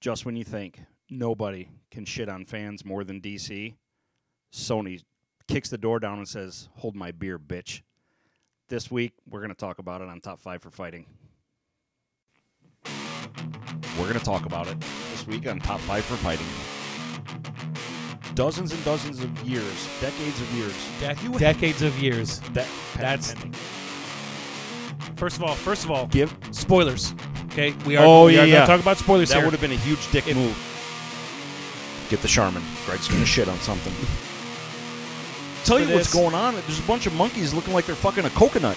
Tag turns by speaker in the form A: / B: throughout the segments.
A: just when you think nobody can shit on fans more than DC, Sony kicks the door down and says, "Hold my beer, bitch." This week we're going to talk about it on Top 5 for Fighting. We're going to talk about it this week on Top 5 for Fighting. Dozens and dozens of years, decades of years.
B: Dec-
C: Wait. decades of years.
A: That
C: That's- First of all, first of all,
A: give
C: spoilers. Okay, we are.
A: Oh,
C: we
A: yeah,
C: are
A: yeah.
C: Talk about spoilers
A: That
C: here.
A: would have been a huge dick
C: If-
A: move. Get the Charmin. Greg's gonna shit on something. Tell you what's
C: this-
A: going on. There's a bunch of monkeys looking like they're fucking a coconut.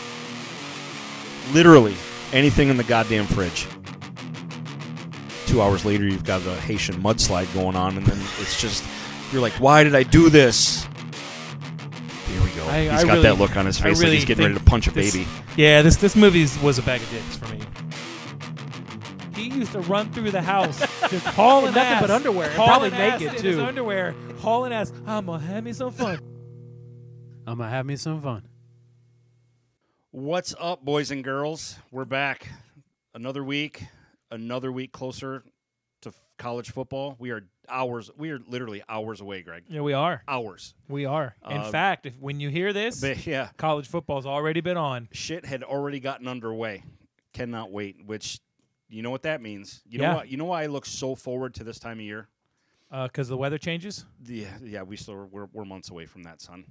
A: Literally anything in the goddamn fridge. Two hours later, you've got a Haitian mudslide going on, and then it's just you're like, "Why did I do this?" Here we go.
C: I-
A: He's
C: I
A: got
C: really-
A: that look on his
C: I
A: face like
C: really
A: he's getting ready
C: think
A: to punch a
C: this-
A: baby.
C: Yeah, this this movie is- was a bag of dicks for me. He used to run through the house, just hauling
B: In nothing
C: ass,
B: but underwear, and
C: hauling
B: probably
C: ass
B: naked,
C: in his
B: too.
C: underwear, hauling ass. Ah, I'm gonna have me some fun.
B: I'm gonna have me some fun.
A: What's up, boys and girls? We're back. Another week, another week closer to f- college football. We are hours, we are literally hours away, Greg.
C: Yeah, we are.
A: Hours.
C: We are. In
A: Uh,
C: fact, if when you hear this,
A: But yeah,
C: college football's already been on.
A: shit had already gotten underway. Cannot wait, which you know what that means. You know
C: Yeah.
A: what? You know why I look so forward to this time of year?
C: because uh, the weather changes.
A: Yeah, yeah, we still we're, we're months away from that, son.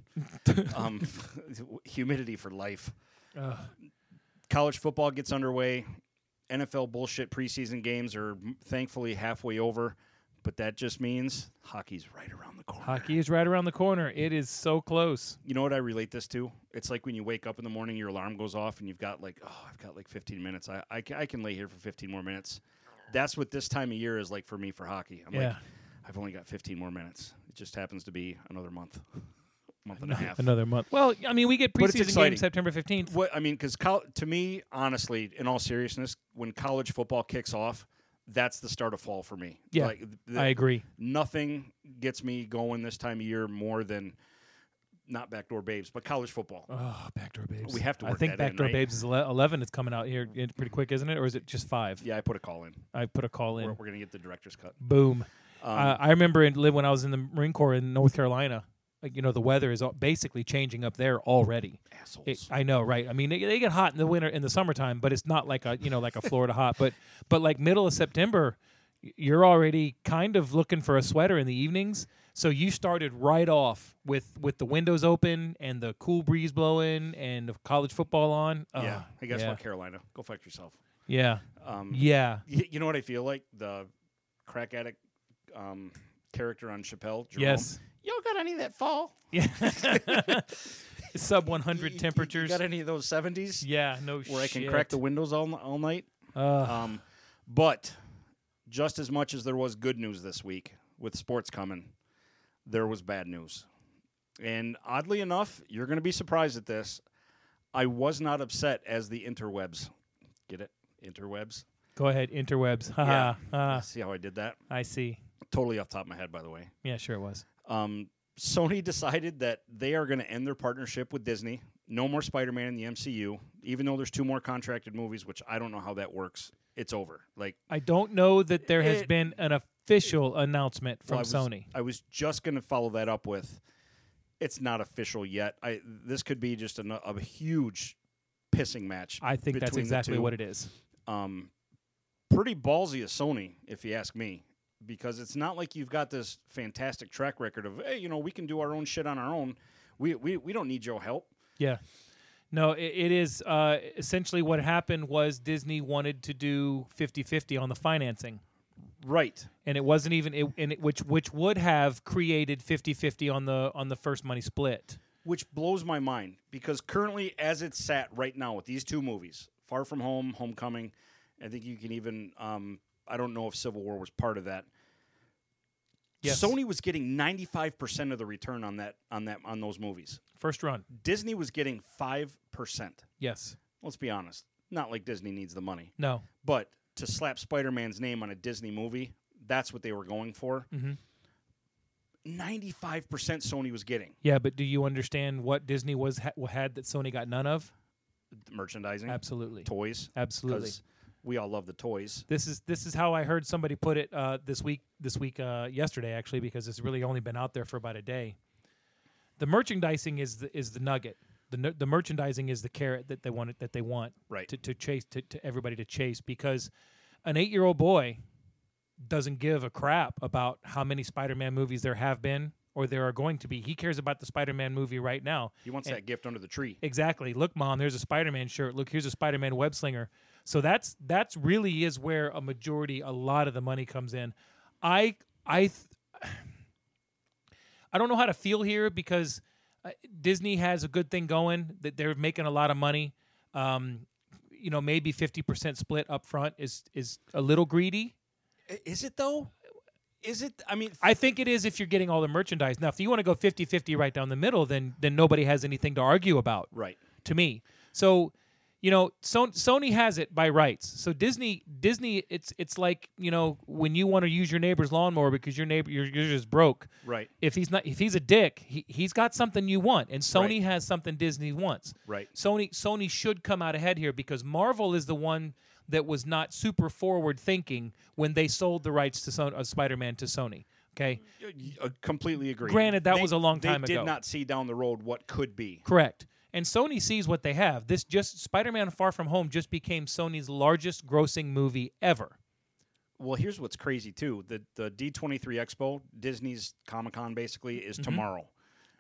A: um, humidity for life.
C: Ugh.
A: college football gets underway. NFL bullshit preseason games are m- thankfully halfway over, but that just means hockey's right around the corner.
C: Hockey is right around the corner. It is so close.
A: You know what I relate this to? It's like when you wake up in the morning, your alarm goes off, and you've got like, oh, I've got like 15 minutes. I, I, ca- I can lay here for 15 more minutes. That's what this time of year is like for me for hockey. I'm like,
C: Yeah.
A: I've only got 15 more minutes. It just happens to be another month, month and a half.
C: Another month. Well, I mean, we get
A: But it's
C: preseason
A: exciting.
C: games September fifteenth.
A: What I mean, because col- to me, honestly, in all seriousness, when college football kicks off, that's the start of fall for me.
C: Yeah,
A: like th-
C: I agree.
A: nothing gets me going this time of year more than not backdoor babes, but college football.
C: Oh, Backdoor Babes.
A: We have to
C: I
A: work
C: think
A: that in,
C: Backdoor
A: right?
C: Babes is ele- eleven. It's coming out here in pretty quick, isn't it? Or is it just five?
A: yeah, I put a call in.
C: I put a call in.
A: We're, we're gonna get the director's cut.
C: Boom.
A: Um,
C: uh, I remember in, li- when I was in the Marine Corps in North Carolina. Like, you know, the weather is all, basically changing up there already.
A: assholes.
C: It, I know, right? I mean, they, they get hot in the winter, in the summertime, but it's not like a you know like a Florida hot. But but like middle of September, y- you're already kind of looking for a sweater in the evenings. So you started right off with with the windows open and the cool breeze blowing and the college football on. Oh,
A: uh, yeah, I guess
C: yeah,
A: what, Carolina, go fuck yourself.
C: Yeah,
A: Um,
C: yeah.
A: y- you know what I feel like the crack addict um, character on Chappelle. Jerome,
C: Yes.
A: y'all got any of that fall?
C: Yeah. Sub
A: You-
C: 100
A: you-
C: temperatures.
A: You got any of those seventies?
C: yeah, no shit.
A: where I can crack the windows all, all night.
C: Uh,
A: Um, but just as much as there was good news this week with sports coming, there was bad news. And oddly enough, you're going to be surprised at this. I was not upset as the interwebs. Get it? Interwebs?
C: go ahead, interwebs.
A: Yeah.
C: Ha ha.
A: See how I did that?
C: I see.
A: Totally off the top of my head, by the way.
C: Yeah, sure it was.
A: Um, Sony decided that they are going to end their partnership with Disney. No more Spider Man in the MCU, even though there's two more contracted movies, which I don't know how that works. It's over. Like,
C: I don't know that there has
A: It-
C: been an official announcement from
A: Well, I was-
C: Sony.
A: I was just going to follow that up with, it's not official yet. I this could be just a, a huge pissing match.
C: I think that's
A: between the
C: exactly
A: two.
C: what it is.
A: Um, pretty ballsy of Sony, if you ask me, because it's not like you've got this fantastic track record of hey, you know, we can do our own shit on our own. We we, we don't need your help.
C: Yeah. No, it, it is uh, essentially what happened was Disney wanted to do 50-50 on the financing.
A: Right.
C: and it wasn't even it, and it, which which would have created 50-50 on the on the first money split.
A: which blows my mind because currently as it's sat right now with these two movies far from home homecoming i think you can even um, i don't know if civil war was part of that
C: Yes.
A: sony was getting 95% of the return on that on that on those movies
C: First run.
A: disney was getting 5%
C: Yes.
A: let's be honest not like disney needs the money
C: No.
A: but to slap spider-man's name on a disney movie that's what they were going for
C: Mhm.
A: 95% sony was getting
C: Yeah, but do you understand what Disney was ha- had that Sony got none of?
A: merchandising
C: Absolutely.
A: toys
C: Absolutely.
A: Because we all love the toys.
C: This is this is how I heard somebody put it uh, this week this week uh, yesterday actually because it's really only been out there for about a day. The merchandising is the, is the nugget. The, nu- the merchandising is the carrot that they want that they want
A: Right.
C: to, to chase to, to everybody to chase because an eight year old boy doesn't give a crap about how many Spider Man movies there have been or there are going to be. He cares about the Spider Man movie right now.
A: He wants that gift under the tree.
C: Exactly. Look, mom, there's a Spider-Man shirt. Look, here's a Spider-Man web slinger. So that's that's really is where a majority, a lot of the money comes in. I I th- I don't know how to feel here because uh, Disney has a good thing going that they're making a lot of money. Um, you know, maybe fifty percent split up front is is a little greedy.
A: Is it though? Is it? I mean,
C: I think it is if you're getting all the merchandise. Now, if you want to go 50-50 right down the middle, then then nobody has anything to argue about
A: right.
C: to me. So, you know, Son- Sony has it by rights. So Disney, Disney, it's it's like you know when you want to use your neighbor's lawnmower because your neighbor you're, you're just broke.
A: Right.
C: If he's not, if he's a dick, he he's got something you want, and Sony
A: Right.
C: has something Disney wants.
A: Right.
C: Sony Sony should come out ahead here because Marvel is the one that was not super forward thinking when they sold the rights to Son- uh, Spider-Man to Sony. Okay,
A: Uh, completely agree.
C: Granted, that
A: They-
C: was a long time
A: They
C: ago.
A: did not see down the road what could be.
C: Correct. And Sony sees what they have. This just Spider-Man Far From Home just became Sony's largest grossing movie ever.
A: Well, here's what's crazy too: the the D23 Expo, Disney's Comic Con, basically is
C: Mm-hmm.
A: tomorrow,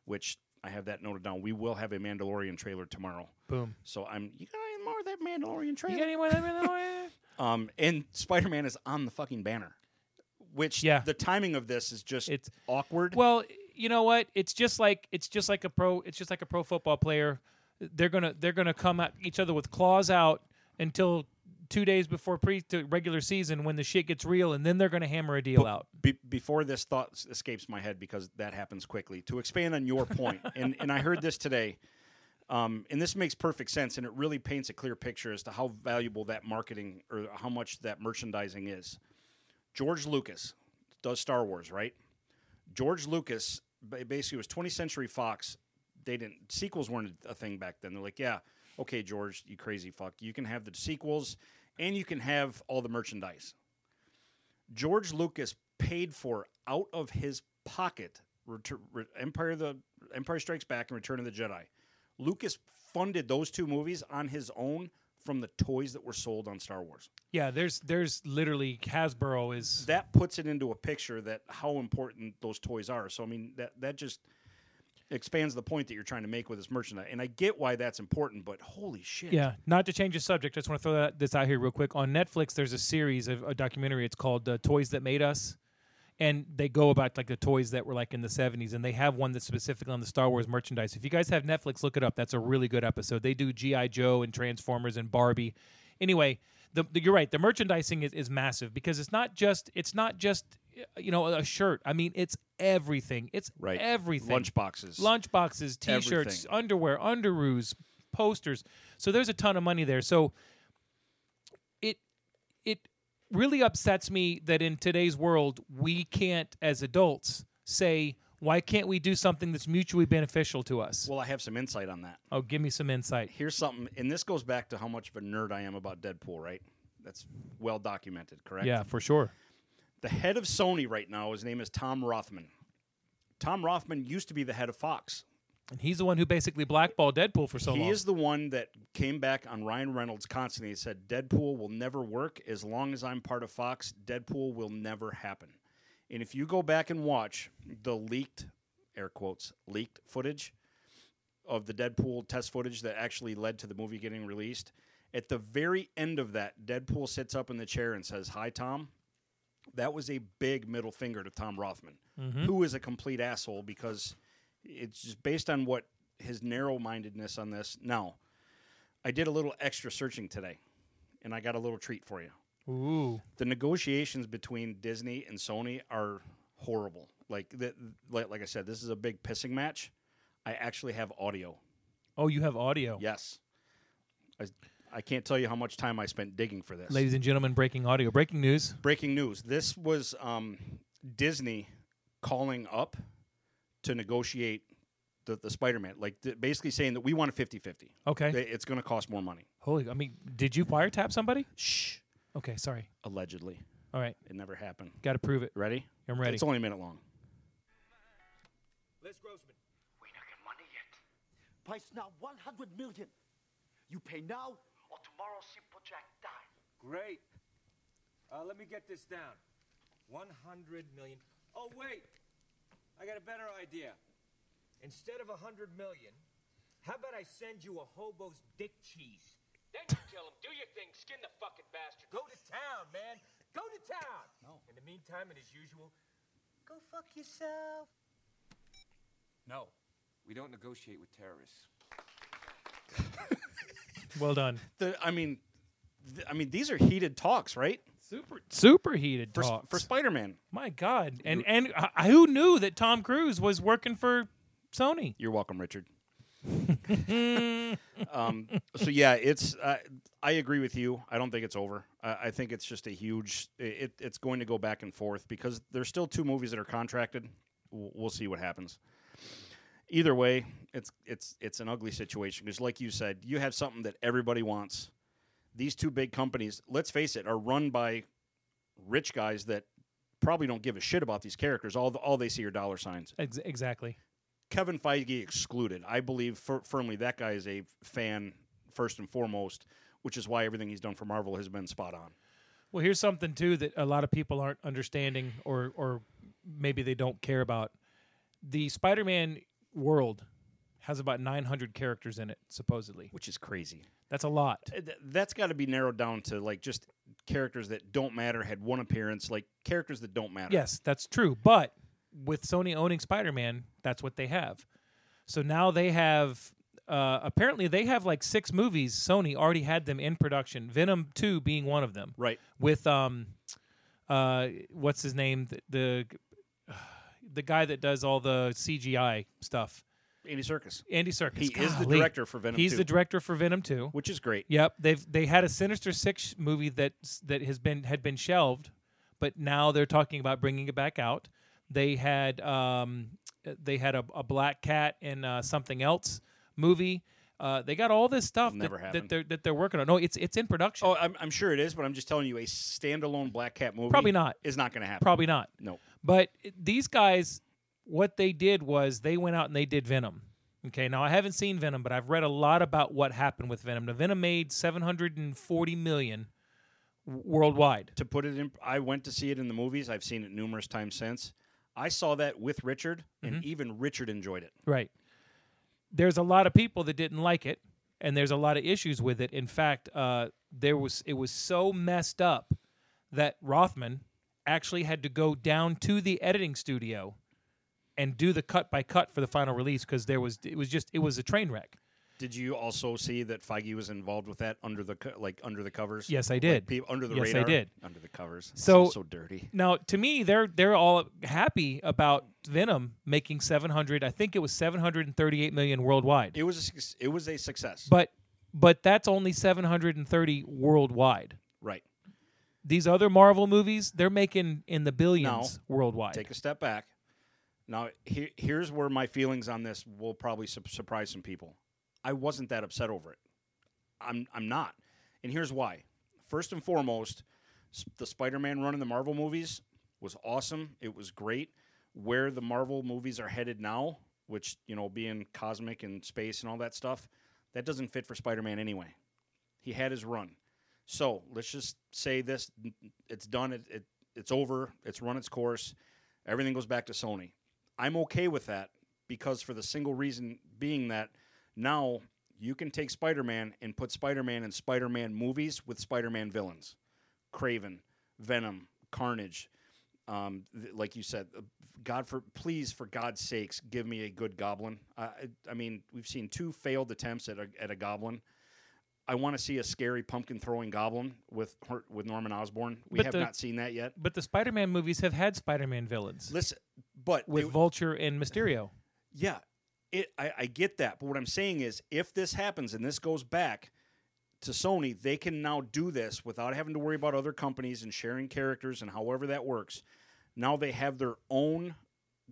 A: which I have that noted down. We will have a Mandalorian trailer tomorrow.
C: Boom.
A: So I'm you got any more of that Mandalorian
C: You
A: trailer?
C: got anyone? anyone-
A: Um, and Spider Man is on the fucking banner, which
C: Yeah.
A: the timing of this is just
C: It's-
A: awkward.
C: well, you know what? It's just like it's just like a pro it's just like a pro football player. They're going to they're going to come at each other with claws out until 2 days before pre to regular season when the shit gets real and then they're going to hammer a deal out.
A: Be- before this thought s- escapes my head because that happens quickly. To expand on your point, and and I heard this today. Um, and this makes perfect sense, and it really paints a clear picture as to how valuable that marketing or how much that merchandising is. George Lucas does Star Wars, right? George Lucas ba- basically was 20th Century Fox. They didn't sequels weren't a thing back then. They're like, yeah, okay, George, you crazy fuck, you can have the sequels, and you can have all the merchandise. George Lucas paid for out of his pocket Retur- Re- Empire of the Empire Strikes Back and Return of the Jedi. Lucas funded those two movies on his own from the toys that were sold on Star Wars.
C: Yeah, there's there's literally Hasbro is
A: That puts it into a picture that how important those toys are. So I mean that that just expands the point that you're trying to make with this merchandise. And I get why that's important, but holy shit.
C: Yeah, not to change the subject, I just want to throw that, this out here real quick. On Netflix, there's a series of a documentary. It's called uh, "Toys That Made Us," and they go about like the toys that were like in the '70s, and they have one that's specifically on the Star Wars merchandise. If you guys have Netflix, look it up. That's a really good episode. They do GI Joe and Transformers and Barbie. Anyway, the, the- you're right. The merchandising is, is massive because it's not just it's not just uh, you know a shirt. I mean, it's everything. It's
A: Right.
C: everything
A: Lunchboxes.
C: lunch boxes, t-shirts,
A: Everything.
C: underwear, underoos, posters. So there's a ton of money there. So it it really upsets me that in today's world we can't as adults say why can't we do something that's mutually beneficial to us?
A: Well, I have some insight on that.
C: oh, give me some insight.
A: here's something, and this goes back to how much of a nerd I am about Deadpool, right? That's well documented, correct?
C: Yeah, for sure.
A: The head of Sony right now, his name is Tom Rothman. Tom Rothman used to be the head of Fox.
C: And he's the one who basically blackballed Deadpool for so
A: he
C: long.
A: is the one that came back on Ryan Reynolds constantly and said, Deadpool will never work as long as I'm part of Fox. Deadpool will never happen. And if you go back and watch the leaked, air quotes, leaked footage of the Deadpool test footage that actually led to the movie getting released, at the very end of that, Deadpool sits up in the chair and says, Hi, Tom. That was a big middle finger to Tom Rothman, who is a complete asshole because it's just based on what his narrow mindedness on this. Now, I did a little extra searching today, and I got a little treat for you.
C: Ooh.
A: The negotiations between Disney and Sony are horrible. Like, the, like, like I said, this is a big pissing match. I actually have audio.
C: Oh, you have audio.
A: Yes, I, I can't tell you how much time I spent digging for this.
C: Ladies and gentlemen, breaking audio. Breaking news.
A: Breaking news: This was um, Disney calling up to negotiate the, the Spider-Man, like th- basically saying that we want a 50-50.
C: Okay.
A: They- It's going to cost more money.
C: Holy, I mean, did you wiretap somebody?
A: Shh.
C: Okay, sorry.
A: Allegedly,
C: All right,
A: it never happened.
C: got to prove it.
A: Ready?
C: I'm ready.
A: It's only a minute long.
D: Les Grossman.
E: We don't get money yet.
D: Price now 100 million. You pay now?
E: Or tomorrow, Simple Jack die.
F: Great. Uh, let me get this down. 100 million. Oh, wait. I got a better idea. Instead of 100 million, how about I send you a hobo's dick cheese?
G: Then you kill him. Do your thing. Skin the fucking bastard.
F: Go to town, man. Go to town. No. In the meantime, and as usual, go fuck yourself. No. We don't negotiate with terrorists.
C: Well done.
A: The, I mean, th- I mean, these are heated talks, right?
C: Super super heated
A: For,
C: talks.
A: for Spider-Man.
C: My God, and and uh, I- who knew that Tom Cruise was working for Sony?
A: You're welcome, Richard. um, so yeah, it's. Uh, I agree with you. I don't think it's over. I, I think it's just a huge. It, it's going to go back and forth because there's still two movies that are contracted. W- We'll see what happens. Either way, it's it's it's an ugly situation because, like you said, you have something that everybody wants. These two big companies, let's face it, are run by rich guys that probably don't give a shit about these characters. All all they see are dollar signs.
C: Ex- exactly.
A: Kevin Feige excluded. I believe fir- firmly that guy is a fan first and foremost, which is why everything he's done for Marvel has been spot on.
C: Well, here's something too that a lot of people aren't understanding, or or maybe they don't care about. The Spider-Man world has about 900 characters in it, supposedly.
A: Which is crazy.
C: That's a lot.
A: Uh, That's got to be narrowed down to like just characters that don't matter had one appearance, like characters that don't matter.
C: Yes, that's true. But with Sony owning Spider Man, that's what they have. So now they have. Uh, apparently, they have like six movies. Sony already had them in production. Venom Two being one of them.
A: Right.
C: With um, uh, what's his name? The, the the guy that does all the CGI stuff.
A: Andy Circus,
C: Andy Serkis.
A: He is the
C: Golly.
A: director for Venom
C: He's
A: 2.
C: the director for Venom Two.
A: which is great.
C: Yep, they've they had a Sinister Six movie that that has been had been shelved, but now they're talking about bringing it back out. They had um, they had a, a Black Cat and uh, something else movie. Uh, they got all this stuff
A: Never
C: that, that
A: happened.
C: they're that they're working on. No, it's it's in production.
A: Oh, I'm, I'm sure it is, but I'm just telling you, a standalone Black Cat movie
C: Probably not.
A: is not going to happen.
C: Probably not.
A: no.
C: But these guys, what they did was they went out and they did Venom. Okay, now I haven't seen Venom, but I've read a lot about what happened with Venom. Now Venom made 740 million w- worldwide.
A: to put it in I went to see it in the movies. I've seen it numerous times since. I saw that with Richard and even Richard enjoyed it.
C: Right. There's a lot of people that didn't like it, and there's a lot of issues with it. In fact, uh, there was it was so messed up that Rothman actually had to go down to the editing studio and do the cut by cut for the final release because there was it was just it was a train wreck.
A: Did you also see that Feige was involved with that under the co- like under the covers?
C: Yes, I did.
A: Like, peop- under the
C: Yes, I
A: radar.
C: did.
A: Under the covers.
C: So-
A: so, so dirty.
C: Now, to me, they're they're all happy about Venom making 700. I think it was 738 million worldwide.
A: It was a suc- it was a success.
C: but but that's only 730 worldwide.
A: right.
C: These other Marvel movies, they're making in the billions worldwide.
A: Take a step back. Now he- here's where my feelings on this will probably su- surprise some people. I wasn't that upset over it. I'm I'm not. And here's why. First and foremost, sp- the Spider-Man run in the Marvel movies was awesome. It was great. Where the Marvel movies are headed now, which you know, being cosmic and space and all that stuff, that doesn't fit for Spider-Man anyway. He had his run. So let's just say this: it's done. It, it it's over. It's run its course. Everything goes back to Sony. I'm okay with that because for the single reason being that now you can take Spider-Man and put Spider-Man in Spider-Man movies with Spider-Man villains, Craven, Venom, Carnage. Um, th- like you said, uh, God for please for God's sakes, give me a good Goblin. I I, I mean, we've seen two failed attempts at a, at a Goblin. I want to see a scary pumpkin throwing goblin with her- with Norman Osborn. We
C: But
A: have
C: the-
A: not seen that yet.
C: but the Spider-Man movies have had Spider-Man villains
A: Listen, but
C: with
A: it-
C: Vulture and Mysterio.
A: yeah, it I, I get that. But what I'm saying is, if this happens and this goes back to Sony, they can now do this without having to worry about other companies and sharing characters and however that works. Now they have their own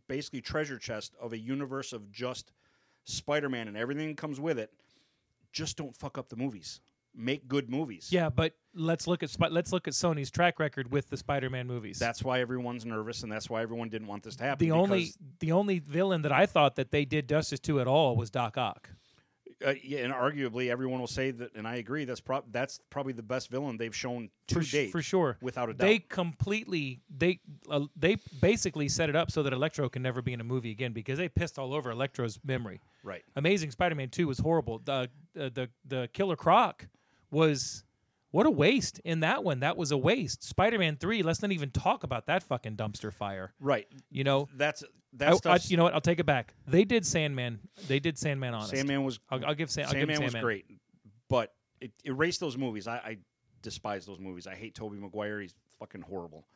A: basically treasure chest of a universe of just Spider-Man and everything that comes with it. Just don't fuck up the movies. make good movies.
C: Yeah, but let's look at Spi- let's look at Sony's track record with the Spider-Man movies.
A: That's why everyone's nervous, and that's why everyone didn't want this to happen.
C: the only
A: because,
C: the only villain that I thought that they did justice to at all was Doc Ock.
A: uh, yeah, and arguably everyone will say that, and I agree. That's prob- that's probably the best villain they've shown to
C: for, su-
A: date,
C: for sure,
A: without a doubt.
C: They completely they uh, they basically set it up so that Electro can never be in a movie again because they pissed all over Electro's memory.
A: Right.
C: Amazing Spider-Man Two was horrible. The uh, the the Killer Croc was what a waste in that one. That was a waste. Spider-Man Three. Let's not even talk about that fucking dumpster fire.
A: right.
C: You know.
A: That's
C: I- Oh, I-
A: that's stuff.
C: you know what? I'll take it back. They did Sandman. They did Sandman. Honest.
A: Sandman was
C: I'll, I'll give Sam. I'll give
A: Sandman
C: him
A: was great, but it erased those movies. I, I despise those movies. I hate Toby Maguire. He's fucking horrible.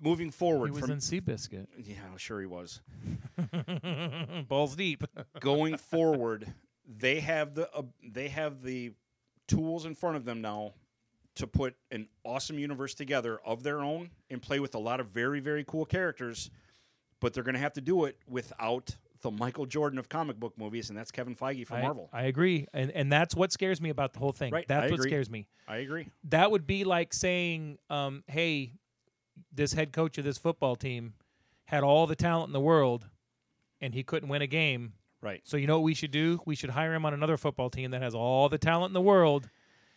A: Moving forward
C: He was
A: from
C: in Seabiscuit.
A: yeah, sure he was.
C: Balls deep.
A: Going forward, they have the uh, they have the tools in front of them now to put an awesome universe together of their own and play with a lot of very very cool characters, but they're going to have to do it without the Michael Jordan of comic book movies, and that's Kevin Feige from
C: I-
A: Marvel.
C: I, agree, and and that's what scares me about the whole thing.
A: Right,
C: that's
A: I
C: what
A: agree.
C: scares me.
A: I agree.
C: That would be like saying, um, "Hey, this head coach of this football team had all the talent in the world, and he couldn't win a game.
A: Right.
C: So you know what we should do? We should hire him on another football team that has all the talent in the world."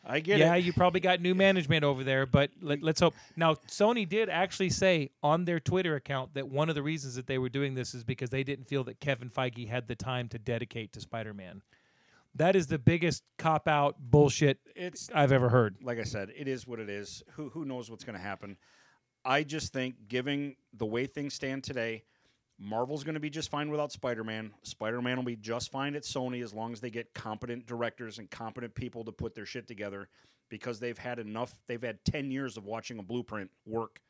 A: I get
C: yeah,
A: it.
C: you probably got new management over there, but let, let's hope. Now, Sony did actually say on their Twitter account that one of the reasons that they were doing this is because they didn't feel that Kevin Feige had the time to dedicate to Spider Man. That is the biggest cop out bullshit
A: It's-
C: I've ever heard.
A: like I said, it is what it is. Who who knows what's going to happen? I just think, given the way things stand today, Marvel's going to be just fine without Spider Man. Spider Man will be just fine at Sony as long as they get competent directors and competent people to put their shit together because they've had enough. They've had 10 years of watching a blueprint work,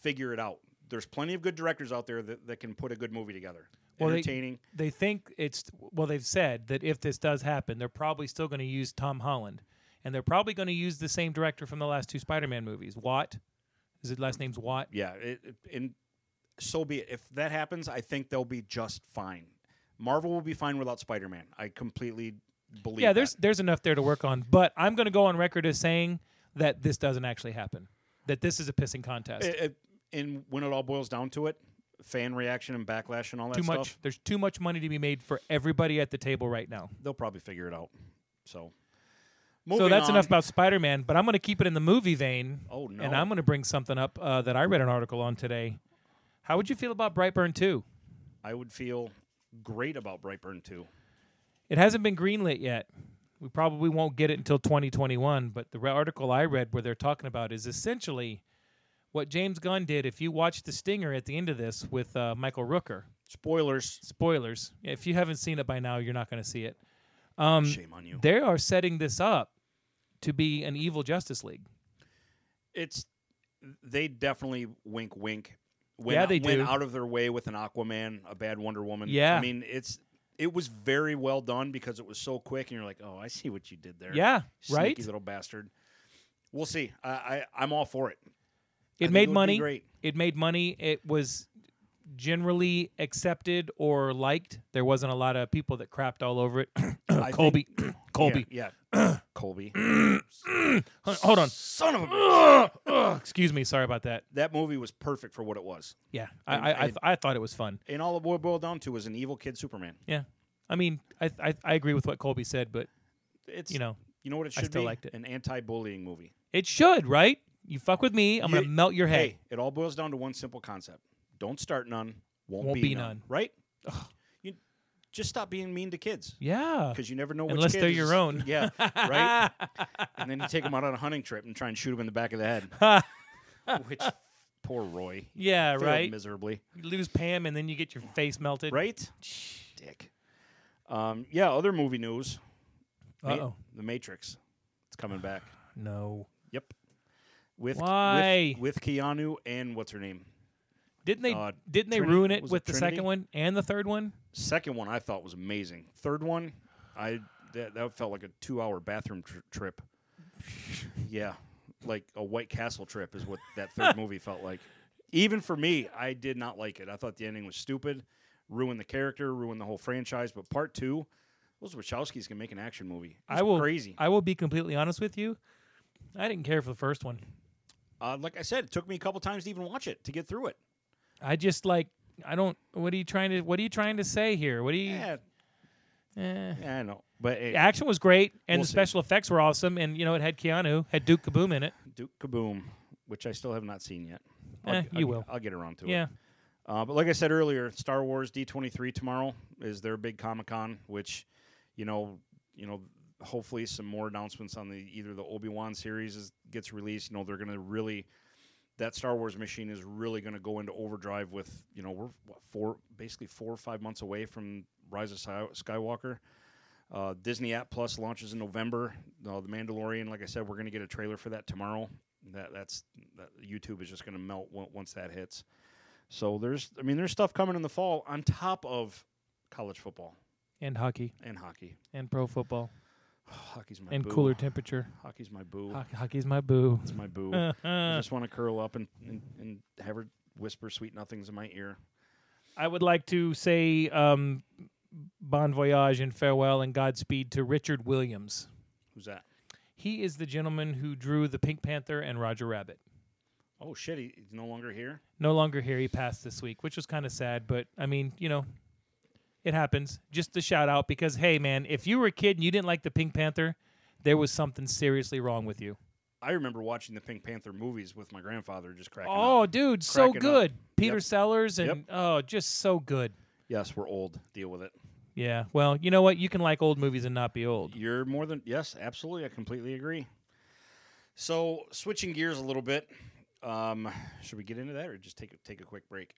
A: figure it out. There's plenty of good directors out there that, that can put a good movie together.
C: Well, they-
A: Entertaining.
C: They think it's, well, they've said that if this does happen, they're probably still going to use Tom Holland. And they're probably going to use the same director from the last two Spider Man movies, Watt. Is his last name's Watt?
A: yeah, it, it- and so be it. If that happens, I think they'll be just fine. Marvel will be fine without Spider Man. I completely believe.
C: yeah, there's
A: that.
C: there's enough there to work on, but I'm going to go on record as saying that this doesn't actually happen. That this is a pissing contest.
A: It- it- and when it all boils down to it, fan reaction and backlash and all that
C: too
A: stuff,
C: much. There's too much money to be made for everybody at the table right now.
A: they'll probably figure it out. So,
C: so
A: moving
C: that's
A: on.
C: enough about Spider-Man. But I'm going to keep it in the movie vein.
A: Oh, no.
C: And I'm going to bring something up uh, that I read an article on today. How would you feel about Brightburn 2?
A: I would feel great about Brightburn too.
C: It hasn't been greenlit yet. We probably won't get it until 2021. But the re- article I read where they're talking about is essentially what James Gunn did. If you watch the stinger at the end of this with uh, Michael Rooker,
A: Spoilers.
C: spoilers. If you haven't seen it by now, you're not going to see it. Um,
A: Shame on you.
C: They are setting this up to be an evil Justice League.
A: it's they definitely wink wink went,
C: Yeah, they
A: went
C: do.
A: out of their way with an aquaman a bad wonder woman
C: Yeah.
A: i mean it's it was very well done because it was so quick and you're like oh i see what you did there
C: Yeah,
A: Sneaky
C: right?
A: little bastard we'll see i, I i'm all for it
C: It
A: think it
C: made
A: would be
C: money.
A: great.
C: It made money. It was generally accepted or liked. There wasn't a lot of people that crapped all over it.
A: think-
C: Colby, Colby,
A: yeah, yeah. colby
C: Hold- hold on.
A: son of a
C: Excuse me. Sorry about that.
A: that movie was perfect for what it was
C: Yeah, I I, I,
A: I-
C: th- I thought it was fun.
A: and all it boiled boiled down to was an evil kid superman
C: Yeah, I mean, I I, I agree with what Colby said, but
A: it's
C: you know,
A: you know what it
C: I
A: should
C: still
A: be
C: liked it.
A: an anti-bullying movie
C: it should right. You fuck with me, I'm
A: You-
C: gonna melt your head.
A: Hey, it all boils down to one simple concept: don't start none, won't,
C: Won't
A: be,
C: be
A: none.
C: none.
A: Right? You just stop being mean to kids
C: Yeah,
A: because you never know which
C: Unless
A: kid
C: they're
A: is-
C: your own.
A: Yeah, right. and then you take them out on a hunting trip and try and shoot them in the back of the head. which poor Roy. He
C: yeah,
A: failed
C: right.
A: Miserably.
C: You lose Pam, and then you get your face melted.
A: Right. Dick. Um, yeah. Other movie news. Ma-
C: Uh-oh.
A: The Matrix. It's coming back.
C: No.
A: Yep. With,
C: Why?
A: with with Keanu and what's her name?
C: Didn't they?
A: Uh,
C: didn't they
A: Trini-
C: ruin it
A: was it
C: with the
A: Trinity?
C: second one and the third one?
A: Second one I thought was amazing. Third one, I that, that felt like a two-hour bathroom tr- trip. yeah, like a White Castle trip is what that third movie felt like. Even for me, I did not like it. I thought the ending was stupid, ruined the character, ruined the whole franchise. But part two Those Wachowskis can make an action movie. It's
C: I will
A: crazy.
C: I will be completely honest with you. I didn't care for the first one.
A: uh, like I said, it took me a couple times to even watch it to get through it.
C: I just like I don't. What are you trying to What are you trying to say here? What are you?
A: Yeah,
C: eh.
A: yeah I know. But hey,
C: The action was great, and
A: We'll
C: the
A: see.
C: special effects were awesome, and you know it had Keanu, had Duke Kaboom in it.
A: Duke Kaboom, which I still have not seen yet.
C: Eh,
A: g-
C: you
A: g-
C: will.
A: I'll get around to it.
C: Yeah,
A: Uh, but like I said earlier, Star Wars D23 tomorrow is their big Comic Con, which, you know, you know, hopefully some more announcements on the either the Obi Wan series is, gets released. You know, they're going to really that Star Wars machine is really going to go into overdrive with you know we're what, four basically four or five months away from Rise of Sky- Skywalker. Uh, Disney App Plus launches in November. Uh, the Mandalorian, like I said, we're going to get a trailer for that tomorrow. That that's that YouTube is just going to melt on- once that hits. So there's, I mean, there's stuff coming in the fall on top of college football
C: and hockey,
A: and hockey. Oh,
C: and pro football,
A: Hockey's my
C: and
A: boo.
C: cooler temperature.
A: Hockey's my boo.
C: Hockey, hockey's my boo.
A: It's my boo. I
C: I
A: just want to curl up and, and, and have her whisper sweet nothings in my ear.
C: would like to say um, bon voyage and farewell and Godspeed to Richard Williams.
A: Who's that?
C: He is the gentleman who drew the Pink Panther and Roger Rabbit.
A: Oh shit, he, he's no longer here.
C: No longer here. He passed this week, which was kind of sad, but I mean, you know, it happens. Just a shout out because, hey, man, if you were a kid and you didn't like the Pink Panther, there was something seriously wrong with you.
A: I remember watching the Pink Panther movies with my grandfather, just cracking
C: Oh,
A: up.
C: dude, so
A: Cracking up.
C: good. Peter
A: Yep.
C: Sellers and,
A: Yep.
C: oh, just so good.
A: Yes, we're old. Deal with it.
C: Yeah. Well, you know what? You can like old movies and not be old.
A: You're more than yes, absolutely. I completely agree. So switching gears a little bit, um, should we get into that or just take a- take a quick break?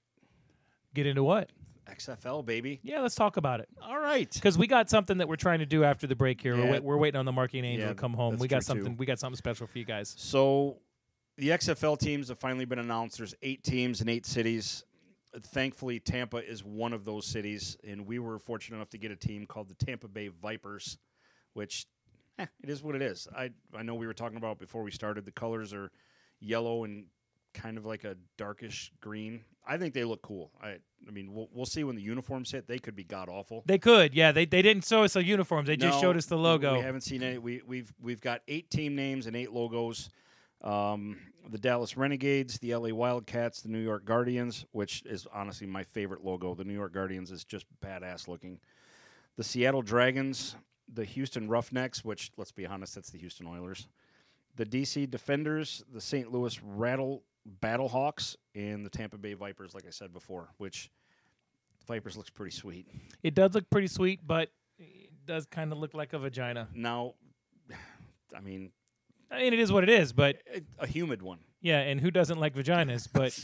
C: Get into what?
A: XFL baby.
C: Yeah, let's talk about it.
A: All right.
C: Because we got something that we're trying to do after the break here.
A: Yeah.
C: We're, wait, we're waiting on the marketing angel
A: Yeah,
C: to come home.
A: that's
C: We got
A: true, too.
C: something. We got something special for you guys.
A: So the XFL teams have finally been announced. There's eight teams in eight cities. Thankfully, Tampa is one of those cities, and we were fortunate enough to get a team called the Tampa Bay Vipers, which eh, it is what it is. I I know we were talking about before we started. The colors are yellow and kind of like a darkish green. I think they look cool. I I mean, we'll, we'll see when the uniforms hit. They could be god awful.
C: They could, yeah. They, they didn't show us the uniforms. They just
A: No,
C: showed us the
A: we-
C: logo.
A: We haven't seen any. We, we've we've got eight team names and eight logos. Um, the Dallas Renegades, the LA Wildcats, the New York Guardians, which is honestly my favorite logo. The New York Guardians is just badass looking. The Seattle Dragons, the Houston Roughnecks, which let's be honest, that's the Houston Oilers. The DC Defenders, the St. Louis Rattle Battlehawks, and the Tampa Bay Vipers. Like I said before, which Vipers looks pretty sweet.
C: It does look pretty sweet, but it does kind of look like a vagina.
A: Now, I mean,
C: I mean, it is what it is, but
A: a- a humid one.
C: yeah. And who doesn't like vaginas? But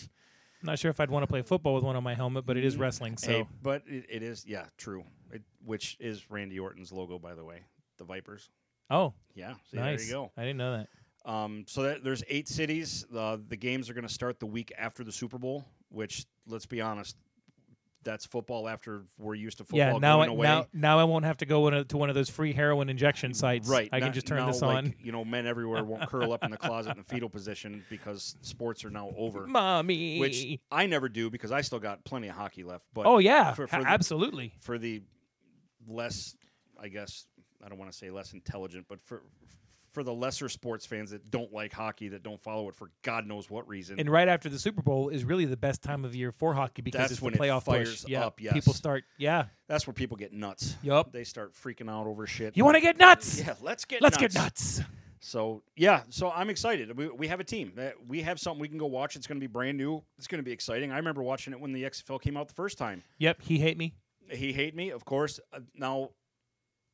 C: I'm not sure if I'd want to play football with one on my helmet. But it is wrestling, so
A: Hey, but it, it is, yeah, true. It, which is Randy Orton's logo, by the way, the Vipers.
C: oh,
A: Yeah, see,
C: nice.
A: there you go.
C: I didn't know that.
A: Um, so that, there's eight cities. Uh, the games are going to start the week after the Super Bowl, which let's be honest, that's football after we're used to football
C: yeah, now I,
A: going away.
C: now now I won't have to go in a, to one of those free heroin injection sites.
A: Right,
C: I can
A: not-
C: just turn
A: now,
C: this
A: like,
C: on.
A: you know, men everywhere won't curl up in the closet in the fetal position because sports are now over.
C: Mommy.
A: Which I never do because I still got plenty of hockey left. But
C: oh yeah,
A: for-
C: ha-
A: for the-
C: absolutely.
A: for the less, I guess I don't want to say less intelligent, but for for the lesser sports fans that don't like hockey, that don't follow it for God knows what reason.
C: And right after the Super Bowl is really the best time of year for hockey because
A: That's
C: it's
A: when it
C: the playoff
A: fires
C: push. Yeah,
A: up, yes.
C: people start. Yeah,
A: that's where people get nuts.
C: Yup.
A: They start freaking out over shit.
C: you want to get nuts?
A: Yeah, let's get
C: Let's
A: nuts.
C: get nuts.
A: So yeah, so I'm excited. We, we have a team that we have something we can go watch. It's going to be brand new. It's going to be exciting. I remember watching it when the XFL came out the first time.
C: Yep, he hate me.
A: He hate me, of course. Uh, now,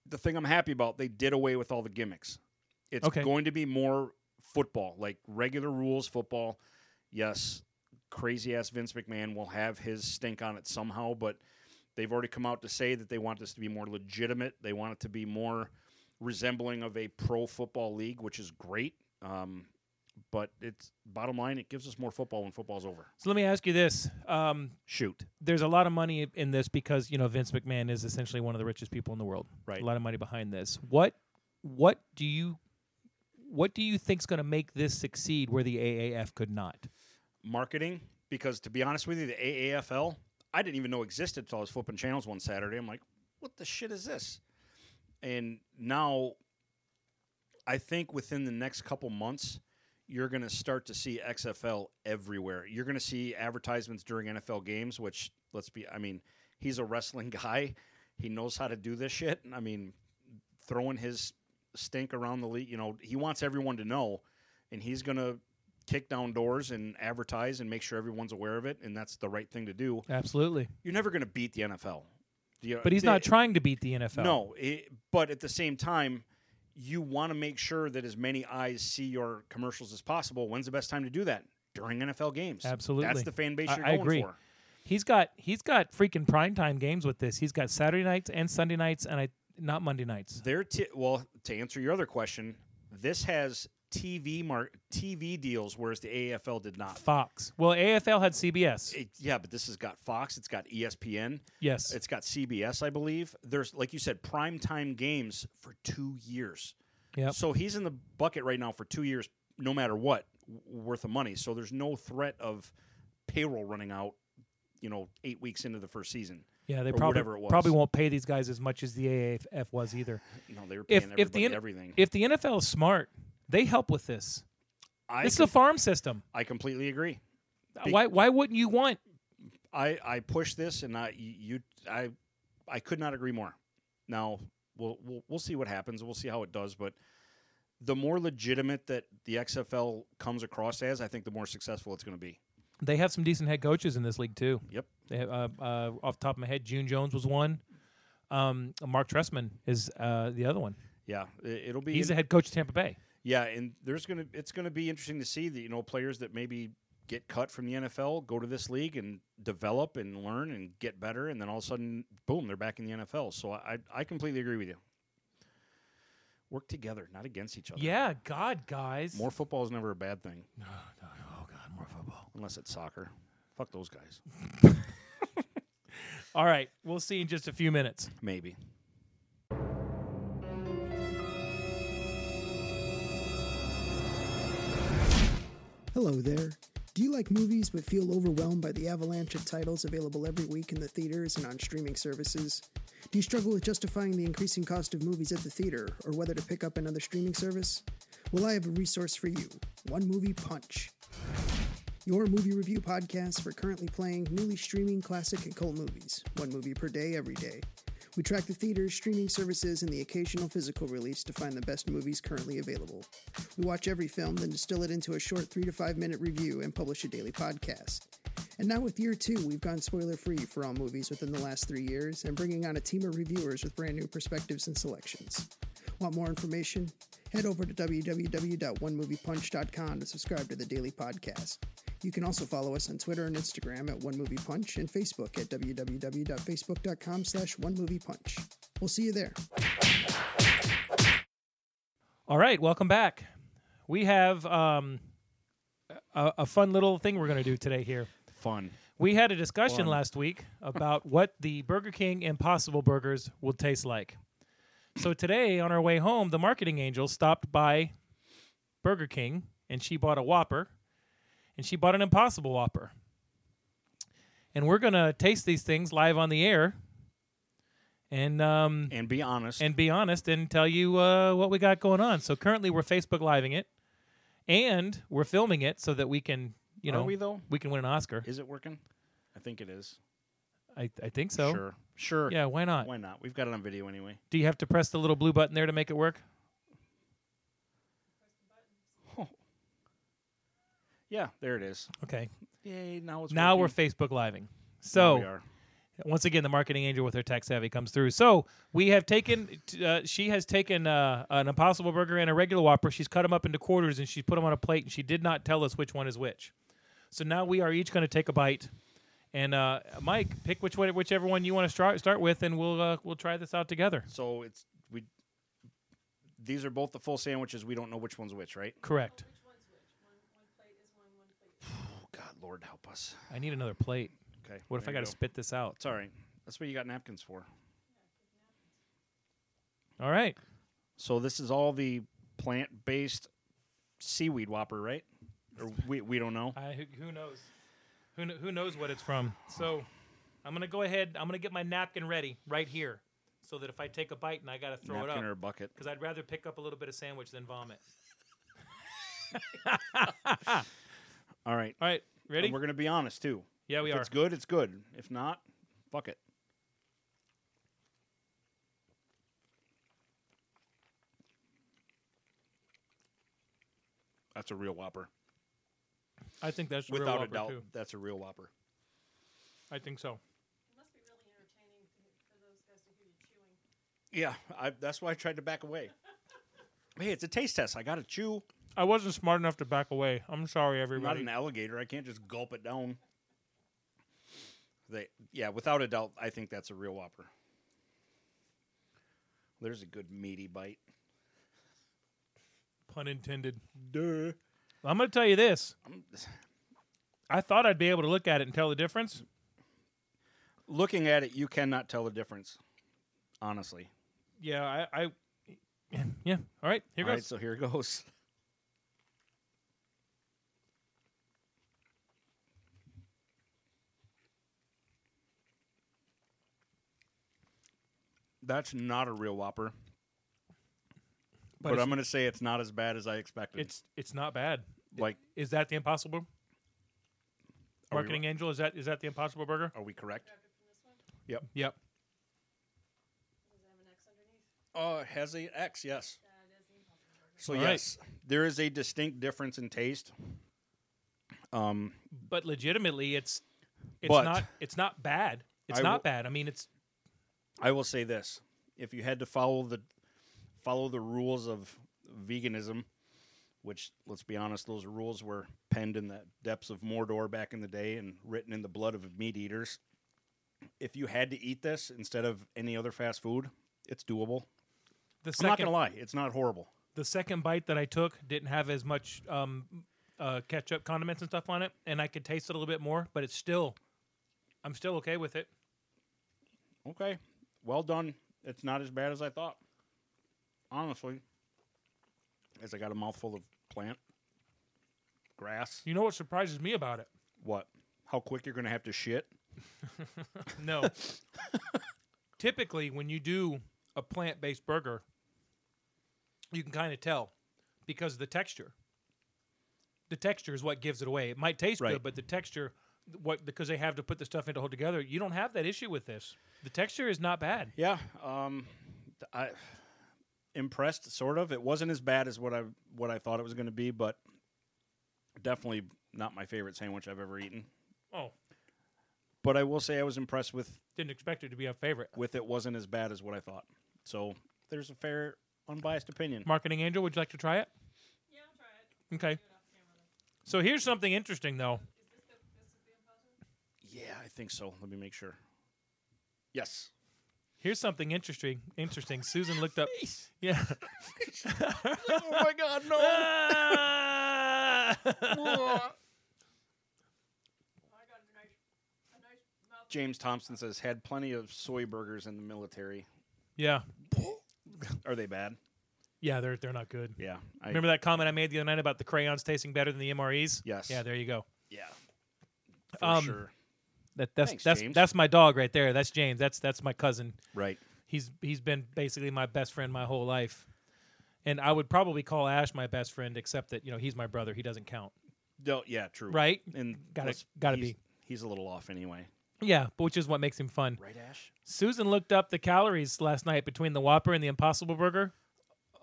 A: the thing I'm happy about, they did away with all the gimmicks. It's
C: Okay.
A: going to be more football, like regular rules football. Yes, crazy ass Vince McMahon will have his stink on it somehow, but they've already come out to say that they want this to be more legitimate. They want it to be more resembling of a pro football league, which is great. Um, but it's bottom line, it gives us more football when football's over.
C: So let me ask you this: um,
A: Shoot.
C: There's a lot of money in this because you know Vince McMahon is essentially one of the richest people in the world.
A: Right.
C: A lot of money behind this. What What do you What do you think's going to make this succeed where the AAF could not?
A: marketing because to be honest with you, the AAFL I didn't even know existed until I was flipping channels one Saturday. I'm like, what the shit is this? And now, I think within the next couple months, you're going to start to see XFL everywhere. You're going to see advertisements during NFL games, which, let's be, I mean, he's a wrestling guy. He knows how to do this shit. I mean, throwing his stink around the league, you know, he wants everyone to know, and he's going to kick down doors and advertise and make sure everyone's aware of it. And that's the right thing to do.
C: Absolutely.
A: You're never going to beat the NFL. You-
C: But he's
A: they-
C: not trying to beat the NFL.
A: no, it, but at the same time, you want to make sure that as many eyes see your commercials as possible. When's the best time to do that? During NFL games.
C: Absolutely.
A: That's the fan base
C: I-
A: you're
C: I
A: going
C: agree.
A: for.
C: He's got he's got freaking primetime games with this. He's got Saturday nights and Sunday nights and I not Monday nights.
A: Their t- well, to answer your other question, this has TV mar- TV deals, whereas the AFL did not.
C: Fox. Well, AFL had CBS.
A: It- yeah, but this has got Fox, it's got E ESPN,
C: Yes.
A: it's got CBS, I believe. There's like you said, prime time games for two years.
C: Yep.
A: So he's in the bucket right now for two years, no matter what w- worth of money. So there's no threat of payroll running out. You know, eight weeks into the first season.
C: Yeah, they
A: or
C: probably
A: whatever it was.
C: probably won't pay these guys as much as the AAF was either.
A: No, they were paying
C: If
A: everybody
C: if the N-
A: everything.
C: if the NFL is smart, they help with this.
A: I,
C: This is
A: com-
C: a farm system.
A: I completely agree.
C: Why why wouldn't you want?
A: I I push this, and I you I I could not agree more. Now we'll we'll, we'll see what happens. We'll see how it does, but. The more legitimate that the XFL comes across as, I think the more successful it's going to be.
C: They have some decent head coaches in this league too.
A: Yep.
C: They have, uh, uh, off the top of my head, June Jones was one. Um, Mark Tressman is uh, the other one.
A: Yeah, it, it'll be.
C: He's
A: in-
C: the head coach of Tampa Bay.
A: Yeah, and there's gonna it's gonna be interesting to see that you know players that maybe get cut from the NFL go to this league and develop and learn and get better, and then all of a sudden, boom, they're back in the NFL. So I I completely agree with you. Work together, not against each other.
C: Yeah, God, guys.
A: more football is never a bad thing. No, no, oh God, more football. Unless it's soccer. Fuck those guys.
C: All right, we'll see in just a few minutes.
A: Maybe.
H: Hello there. Do you like movies but feel overwhelmed by the avalanche of titles available every week in the theaters and on streaming services? Do you struggle with justifying the increasing cost of movies at the theater or whether to pick up another streaming service? Well, I have a resource for you One Movie Punch. Your movie review podcast for currently playing newly streaming classic and cult movies, one movie per day every day. We track the theaters, streaming services, and the occasional physical release to find the best movies currently available. We watch every film, then distill it into a short three to five minute review and publish a daily podcast. And now with year two, we've gone spoiler free for all movies within the last three years and bringing on a team of reviewers with brand new perspectives and selections. Want more information? Head over to www.onemoviepunch.com to subscribe to the daily podcast. You can also follow us on Twitter and Instagram at One Movie Punch and Facebook at www.facebook.com slash One Movie Punch. We'll see you there.
C: All right, welcome back. We have um, a, a fun little thing we're going to do today here.
A: Fun.
C: We had a discussion last week about what the Burger King Impossible Burgers will taste like. So today, on our way home, the marketing angel stopped by Burger King and she bought a Whopper and she bought an Impossible Whopper. And we're going to taste these things live on the air and um,
A: And be honest.
C: and be honest and tell you uh, what we got going on. So currently, we're Facebook living it and we're filming it so that we can, you
A: Are
C: know,
A: we, though?
C: we can win an Oscar.
A: is it working? I think it is.
C: I, I think so.
A: Sure. Sure.
C: Yeah, why not?
A: Why not? We've got it on video anyway.
C: Do you have to press the little blue button there to make it work?
A: Yeah, there it is.
C: Okay.
A: Yay! Now it's
C: now
A: working. Oh.
C: we're Facebook living.
A: Now
C: So
A: we are.
C: once again, the marketing angel with her tech savvy comes through. So we have taken, t- uh, she has taken uh, an Impossible Burger and a regular Whopper. She's cut them up into quarters and she's put them on a plate, and she did not tell us which one is which. So now we are each going to take a bite, and uh, Mike, pick which one, whichever one you want to start start with, and we'll uh, we'll try this out together.
A: So it's we. These are both the full sandwiches. We don't know which one's which, right?
C: Correct.
A: Oh God, Lord help us.
C: I need another plate.
A: Okay.
C: What if
A: there
C: I got
A: you
C: to spit this out?
A: It's all right. That's what you got napkins for.
C: All right.
A: So this is all the plant-based seaweed whopper, right? Or we we don't know.
C: I, who- who knows? Who, kn- who knows what it's from? So I'm going to go ahead. I'm going to get my napkin ready right here. so that if I take a bite and I got to throw
A: Napkin
C: it
A: or
C: up,
A: a bucket.
C: because I'd rather pick up a little bit of sandwich than vomit.
A: All right.
C: All right, ready?
A: And we're gonna be honest too.
C: yeah, we
A: if
C: are.
A: it's good, it's good. If not, fuck it. That's a real Whopper.
C: I think that's the real
A: Without a
C: Whopper,
A: doubt,
C: too.
A: that's a real Whopper.
C: I think so.
I: It must be really entertaining for those guys to hear you chewing.
A: Yeah, I, that's why I tried to back away. hey, it's a taste test. I got to chew.
C: I wasn't smart enough to back away. I'm sorry,
A: I'm not
C: everybody.
A: an alligator. I can't just gulp it down. They, yeah, without a doubt, I think that's a real Whopper. There's a good meaty bite.
C: Pun intended.
A: Duh.
C: I'm going to tell you this.
A: I'm-
C: I thought I'd be able to look at it and tell the difference.
A: Looking at it, you cannot tell the difference. Honestly.
C: Yeah, I, I yeah. All right, here
A: All
C: goes.
A: right, so here goes. That's not a real Whopper,
C: but
A: but
C: it's,
A: I'm going to say it's not as bad as I expected.
C: it's it's not bad.
A: like
C: Is that the Impossible
A: Are we-
C: Marketing Angel? Is that is that the Impossible Burger?
A: Are we correct?
C: Yep.
I: Does it have an X underneath?
A: Oh, it has a X, yes.
I: That Uh, is the impossible burger.
A: So
C: All right.
A: yes, there is a distinct difference in taste. Um,
C: But legitimately, it's it's
A: But-
C: not it's not bad. It's
A: I
C: not
A: will-
C: bad. I mean, it's
A: I will say this: if you had to follow the follow the rules of veganism, which let's be honest, those rules were penned in the depths of Mordor back in the day and written in the blood of meat eaters. If you had to eat this instead of any other fast food, it's doable.
C: the
A: i I'm not
C: 2nd
A: gonna lie, it's not horrible.
C: the second bite that I took didn't have as much um, uh, ketchup, condiments, and stuff on it, and I could taste it a little bit more. But it's still, I'm still okay with it.
A: Okay, well done. It's not as bad as I thought. Honestly, as I got a mouthful of plant, grass.
C: You know what surprises me about it?
A: What? How quick you're gonna have to shit?
C: No. Typically, when you do a plant based burger, you can kind of tell because of the texture. The texture is what gives it away. It might taste
A: Right.
C: good, but the texture, what because they have to put the stuff in to hold together, you don't have that issue with this. The texture is not bad.
A: Yeah, um, th- I impressed sort of. It wasn't as bad as what I what I thought it was going to be, but definitely not my favorite sandwich I've ever eaten.
C: Oh,
A: But I will say I was impressed with
C: didn't expect it to be a favorite.
A: with it wasn't as bad as what I thought. So there's a fair, unbiased opinion.
C: Marketing Angel, would you like to try it?
I: Yeah, I'll try it.
C: Okay.
I: Do it off camera. though.
C: So here's something interesting, though.
I: Is this the, this is the impossible?
A: Yeah, I think so. Let me make sure. Yes.
C: Here's something interesting. Interesting. Susan looked up. Yeah.
A: oh my God!
I: Well, I got a nice, a nice mouth.
A: James Thompson says had plenty of soy burgers in the military.
C: yeah.
A: Are they bad?
C: Yeah. They're they're not good.
A: Yeah. I,
C: Remember that comment I made the other night about the crayons tasting better than the MREs?
A: Yes.
C: Yeah. There you go.
A: Yeah. For
C: Um,
A: sure.
C: That that's
A: Thanks,
C: that's
A: James.
C: that's my dog right there. That's James. That's that's my cousin.
A: Right.
C: He's he's been basically my best friend my whole life. And I would probably call Ash my best friend, except that you know he's my brother. He doesn't count,
A: No, yeah, true.
C: right?
A: And
C: Gotta-
A: let's-
C: gotta
A: he's-
C: be.
A: He's a little off anyway.
C: Yeah, but which is what makes him fun.
A: Right, Ash?
C: Susan looked up the calories last night between the Whopper and the Impossible Burger.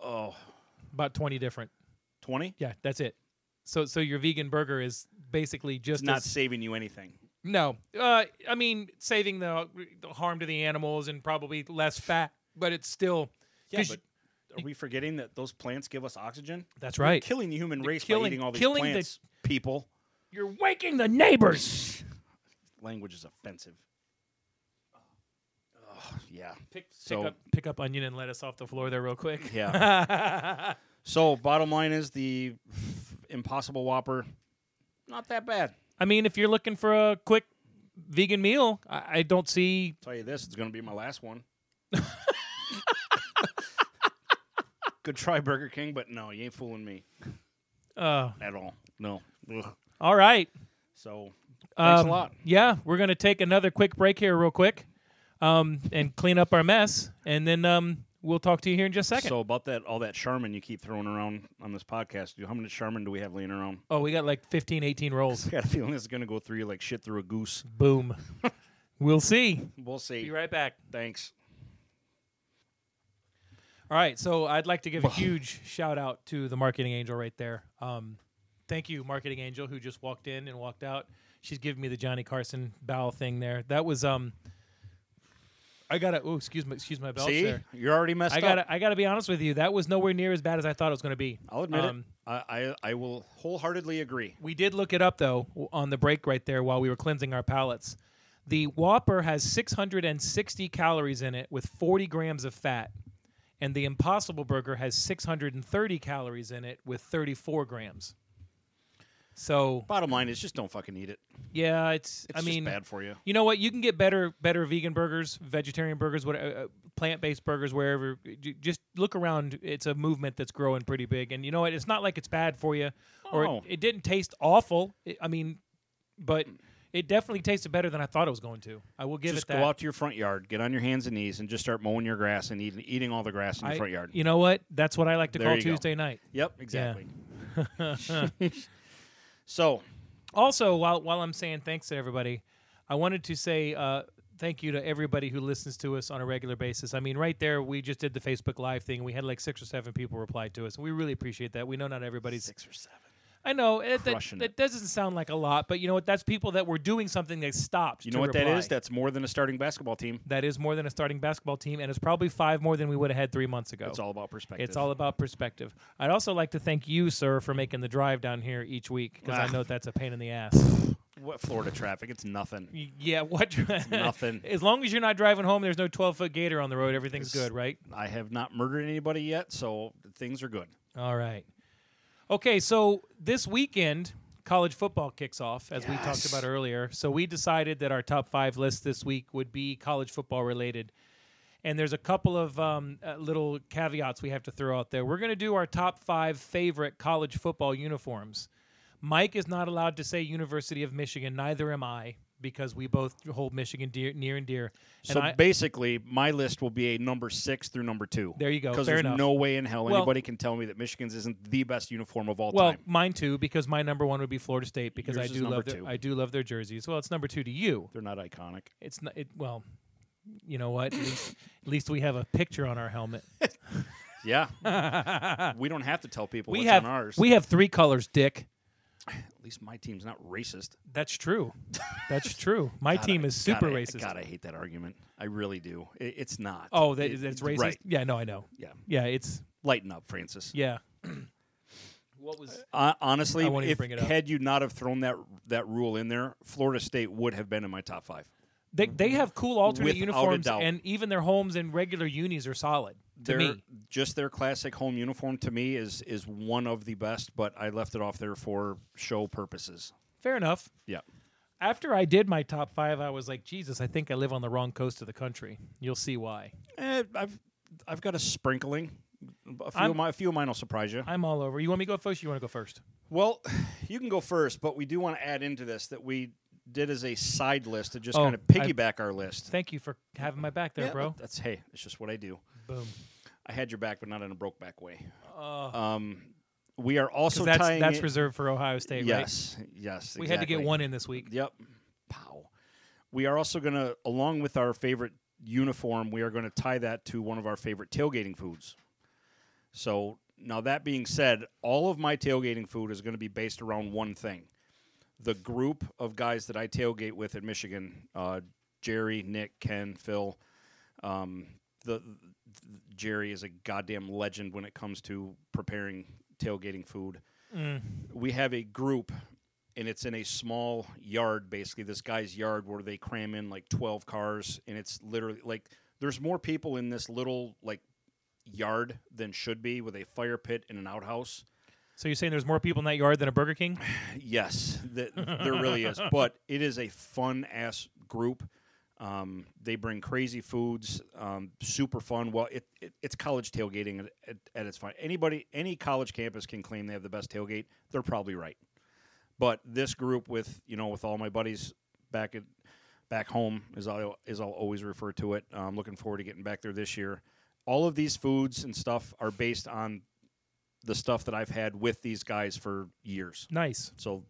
A: Oh,
C: About twenty different.
A: 20?
C: Yeah, that's it. So so your vegan burger is basically just
A: It's not
C: as-
A: saving you anything.
C: no. Uh, I mean saving the, the harm to the animals and probably less fat, but it's still
A: but
C: 'cause
A: are we forgetting that those plants give us oxygen?
C: That's
A: We're
C: right.
A: killing the human race by
C: killing-
A: eating all these
C: killing the-
A: plants, people.
C: you're waking the neighbors.
A: Language is offensive. Uh, Oh, yeah.
C: Pick,
A: So-
C: pick up pick up onion and lettuce off the floor there real quick.
A: Yeah. so, bottom line is the Impossible Whopper, not that bad.
C: I mean, if you're looking for a quick vegan meal, I, I don't see
A: tell you this, it's going to be my last one. Good try, Burger King, but no, you ain't fooling me
C: uh,
A: at all. No. Ugh.
C: all right.
A: So, thanks a lot.
C: Um, Yeah, we're going to take another quick break here, real quick. um, and clean up our mess, and then um, we'll talk to you here in just a second.
A: So about that, all that Charmin you keep throwing around on this podcast. How many Charmin do we have laying around?
C: oh, we got like 15, 18 rolls.
A: I got a feeling this is going to go through you like shit through a goose.
C: Boom. we'll see.
A: We'll see.
C: Be right back.
A: Thanks.
C: All right, so I'd like to give a huge shout out to the marketing angel right there. Um, thank you, marketing angel, who just walked in and walked out. She's giving me the Johnny Carson bow thing there. That was um, I gotta. Oh, excuse me, excuse my belch
A: see,
C: there.
A: you're already messed
C: I
A: up.
C: gotta, I gotta be honest with you. That was nowhere near as bad as I thought it was gonna be.
A: I'll admit
C: Um,
A: it. I, I I will wholeheartedly agree.
C: We did look it up though w- on the break right there while we were cleansing our palates. The Whopper has 660 calories in it with 40 grams of fat, and the Impossible Burger has 630 calories in it with 34 grams. So
A: Bottom line is just don't fucking eat it.
C: yeah, it's,
A: It's
C: I
A: just
C: mean
A: bad for you.
C: You know what? You can get better better vegan burgers, vegetarian burgers, what uh, plant based burgers, wherever. J- Just look around. It's a movement that's growing pretty big, and you know what? It's not like it's bad for you, or
A: No.
C: it, it didn't taste awful. It, I mean, but it definitely tasted better than I thought it was going to. I will give
A: just
C: it that.
A: go out to your front yard, get on your hands and knees, and just start mowing your grass and eating, eating all the grass in your
C: I-
A: front yard.
C: You know what? That's what I like to
A: There
C: call
A: you go.
C: Tuesday night.
A: Yep, exactly. so
C: Also, while while I'm saying thanks to everybody, I wanted to say uh, thank you to everybody who listens to us on a regular basis. I mean, right there, we just did the Facebook Live thing. We had like six or seven people reply to us, and we really appreciate that. We know not everybody's six or seven. I know it, that,
A: Crushing
C: that doesn't sound like a lot, but you know what? That's people that were doing something that stopped.
A: you
C: to
A: know what that
C: reply.
A: is? That's more than a starting basketball team.
C: that is more than a starting basketball team, and it's probably five more than we would have had three months ago.
A: It's all about perspective.
C: It's all about perspective. I'd also like to thank you, sir, for making the drive down here each week because
A: Ah.
C: I know that's a pain in the ass.
A: what Florida traffic. It's nothing.
C: Y- Yeah, what?
A: nothing.
C: As long as you're not driving home, there's no 12 foot gator on the road. Everything's
A: It's-
C: good, right?
A: I have not murdered anybody yet, so things are good.
C: All right. Okay, so this weekend, college football kicks off, as we talked about earlier. So we decided that our top five list this week would be college football related. And there's a couple of um, uh, little caveats we have to throw out there. We're going to do our top five favorite college football uniforms. Mike is not allowed to say University of Michigan, neither am I, because we both hold Michigan dear, near and dear. And
A: so
C: I,
A: basically, my list will be a number six through number two.
C: There you go.
A: Because
C: Fair
A: there's
C: enough.
A: no way in hell
C: Well-
A: anybody can tell me that Michigan's isn't the best uniform of all
C: Well,
A: time.
C: mine too, because my number one would be Florida State because
A: Yours is
C: I do
A: number
C: love their,
A: two.
C: I do love their jerseys. Well, it's number two to you.
A: They're not iconic.
C: It's not it, well, you know what? At least, at least we have a picture on our helmet.
A: Yeah. we don't have to tell people
C: we
A: what's
C: have
A: on ours.
C: we have three colors, Dick.
A: At least my team's not racist.
C: That's true. That's true. My
A: God,
C: team
A: I-
C: is super
A: God, I-
C: racist.
A: God, I hate that argument. I really do. It, it's not.
C: oh, that,
A: It-
C: that's
A: it-
C: racist.
A: Right.
C: Yeah, no, I know.
A: Yeah.
C: Yeah, it's
A: Lighten up, Francis.
C: yeah. what was
A: Uh, honestly,
C: I won't even
A: if
C: bring it up.
A: had you not have thrown that that rule in there, Florida State would have been in my top five.
C: they they have cool alternate
A: Mm-hmm. Without a
C: uniforms
A: doubt.
C: and even their homes and regular unis are solid to
A: their,
C: me.
A: just their classic home uniform to me is is one of the best, but I left it off there for show purposes.
C: Fair enough.
A: Yeah.
C: after I did my top five, I was like, Jesus, I think I live on the wrong coast of the country. You'll see why.
A: Eh, I've I've got a sprinkling. A few,
C: I'm-
A: of my, a few of mine will surprise you.
C: I'm all over. You want me to go first? Or you want to go first?
A: Well, you can go first, but we do want to add into this that we did as a side list to just
C: Oh,
A: kind of
C: I-
A: piggyback our list.
C: Thank you for having my back there,
A: Yeah,
C: bro.
A: That's hey, it's just what I do.
C: Boom.
A: I had your back, but not in a broke back way. um, we are also
C: So that's
A: tying
C: that's
A: it-
C: reserved for Ohio State, right?
A: yes, yes.
C: We had to get
A: exactly.
C: one in this week.
A: Yep. Pow. We are also going to, along with our favorite uniform, we are going to tie that to one of our favorite tailgating foods. So now that being said, all of my tailgating food is going to be based around one thing: the group of guys that I tailgate with in Michigan, uh, Jerry, Nick, Ken, Phil. Um, the, the- Jerry is a goddamn legend when it comes to preparing tailgating food we have a group and it's in a small yard basically this guy's yard where they cram in like 12 cars and it's literally like there's more people in this little like yard than should be with a fire pit and an outhouse
C: So you're saying there's more people in that yard than a Burger King?
A: yes that there really is but it is a fun ass group um, they bring crazy foods um, super fun well it, it, it's college tailgating at, at, at its fine anybody any college campus can claim they have the best tailgate they're probably right but this group with you know with all my buddies back at back home, as I as I'll always refer to it. I'm looking forward to getting back there this year. All of these foods and stuff are based on the stuff that I've had with these guys for years.
C: Nice.
A: So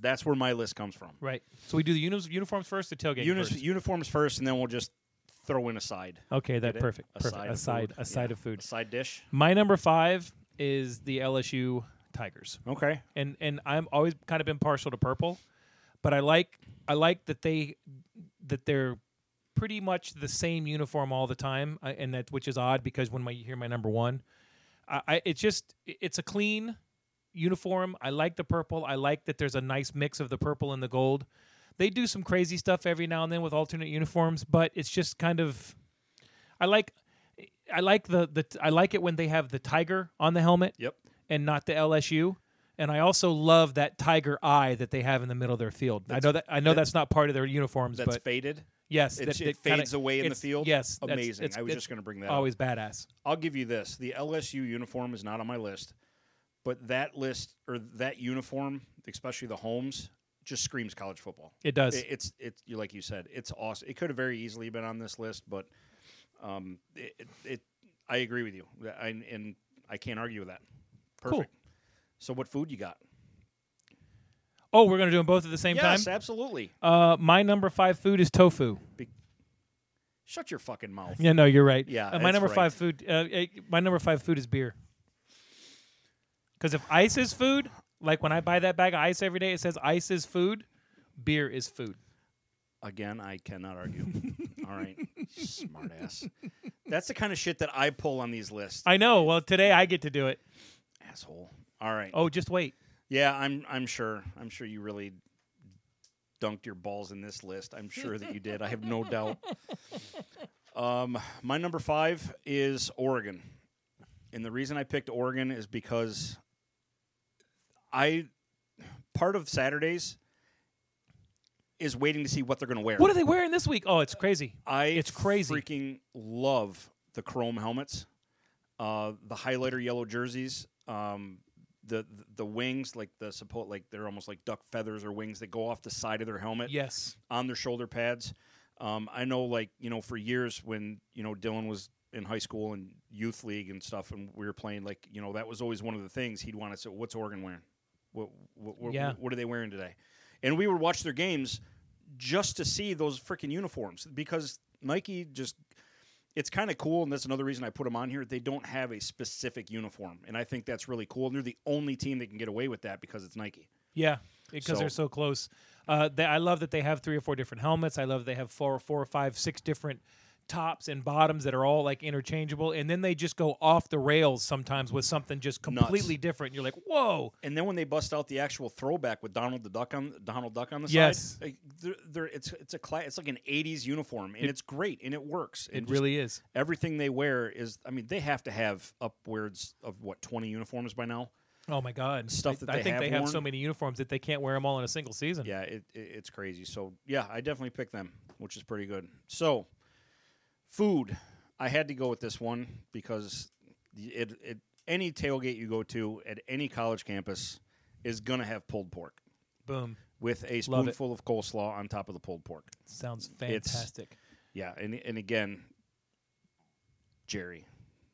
A: that's where my list comes from.
C: Right. So we do the unis- uniforms first, the tailgate
A: Uni-
C: first.
A: Uniforms first, and then we'll just throw in a side.
C: okay,
A: Get
C: that
A: it?
C: perfect. perfect.
A: side
C: A
A: of
C: side,
A: food.
C: a side
A: Yeah.
C: of food.
A: A side dish.
C: My number five is the LSU Tigers,
A: Okay.
C: and and I'm always kind of been partial to purple, but I like I like that they that they're pretty much the same uniform all the time, I, and that which is odd because when my, you hear my number one, I, I it's just it's a clean uniform. I like the purple. I like that there's a nice mix of the purple and the gold. They do some crazy stuff every now and then with alternate uniforms, but it's just kind of I like I like the the I like it when they have the tiger on the helmet
A: Yep.
C: and not the LSU. And I also love that tiger eye that they have in the middle of their field. I know that I know that's not part of their uniforms,
A: That's
C: but
A: faded.
C: yes,
A: it-
C: that,
A: it
C: that kinda-
A: fades away in the
C: it's-
A: field?
C: Yes, that's-
A: Amazing. I was
C: it's
A: just gonna bring that up.
C: Always badass.
A: I'll give you this. The LSU uniform is not on my list, but that list or that uniform, especially the Holmes, just screams college football.
C: It does.
A: It, it's it's you like you said, it's awesome. It could have very easily been on this list, but um, it, it, it I agree with you, That- I, and I can't argue with that.
C: Cool.
A: Perfect. So, what food you got?
C: oh, we're gonna do them both at the same
A: yes,
C: time.
A: absolutely.
C: Uh, my number five food is tofu.
A: Shut your fucking mouth.
C: Yeah, no, you're right.
A: Yeah,
C: Uh, my
A: that's
C: number
A: right.
C: five food. Uh, eh, my number five food is beer. Because if ice is food, like when I buy that bag of ice every day, it says ice is food, beer is food.
A: Again, I cannot argue. All right, smartass. That's the kind of shit that I pull on these lists,
C: I know. Well, today I get to do it.
A: asshole. All right.
C: Oh, just wait.
A: Yeah, I'm I'm sure. I'm sure you really dunked your balls in this list. I'm sure that you did. I have no doubt. Um, my number five is Oregon, and the reason I picked Oregon is because I part of Saturdays is waiting to see what they're going to wear.
C: What are they wearing this week? Oh, it's crazy.
A: I
C: It's crazy.
A: Freaking love the chrome helmets, uh, the highlighter yellow jerseys, um, the the wings like the support like they're almost like duck feathers or wings that go off the side of their helmet
C: Yes.
A: on their shoulder pads. Um, I know, like you know, for years when you know Dylan was in high school and youth league and stuff, and we were playing, like you know, that was always one of the things he'd want to say, "What's Oregon wearing? What what what,
C: Yeah.
A: what are they wearing today?" And we would watch their games just to see those freaking uniforms because Nike just. It's kind of cool, and that's another reason I put them on here. They don't have a specific uniform, and I think that's really cool. And they're the only team that can get away with that because it's Nike.
C: Yeah, because they're
A: So-
C: so close. Uh, they, I love that they have three or four different helmets. I love they have four, four or five, six different tops and bottoms that are all like interchangeable. And then they just go off the rails sometimes with something just completely different. You're like, whoa.
A: And then when they bust out the actual throwback with Donald the Duck on Donald Duck on the
C: Yes.
A: side, like, they're, they're, it's it's a cla- it's like an '80s uniform, and it's great and it works. And
C: It
A: just
C: really is.
A: everything they wear is. I mean, they have to have upwards of what 20 uniforms by now.
C: Oh my God.
A: Stuff
C: I-
A: that
C: I
A: they
C: think
A: have
C: they have so
A: worn.
C: many uniforms that they can't wear them all in a single season.
A: Yeah, it, it, it's crazy. So yeah, I definitely picked them, which is pretty good. So food, I had to go with this one because it, it any tailgate you go to at any college campus is gonna have pulled pork.
C: Boom.
A: with a
C: Love it.
A: spoonful of coleslaw on top of the pulled pork.
C: Sounds fantastic.
A: Yeah, and and again, Jerry,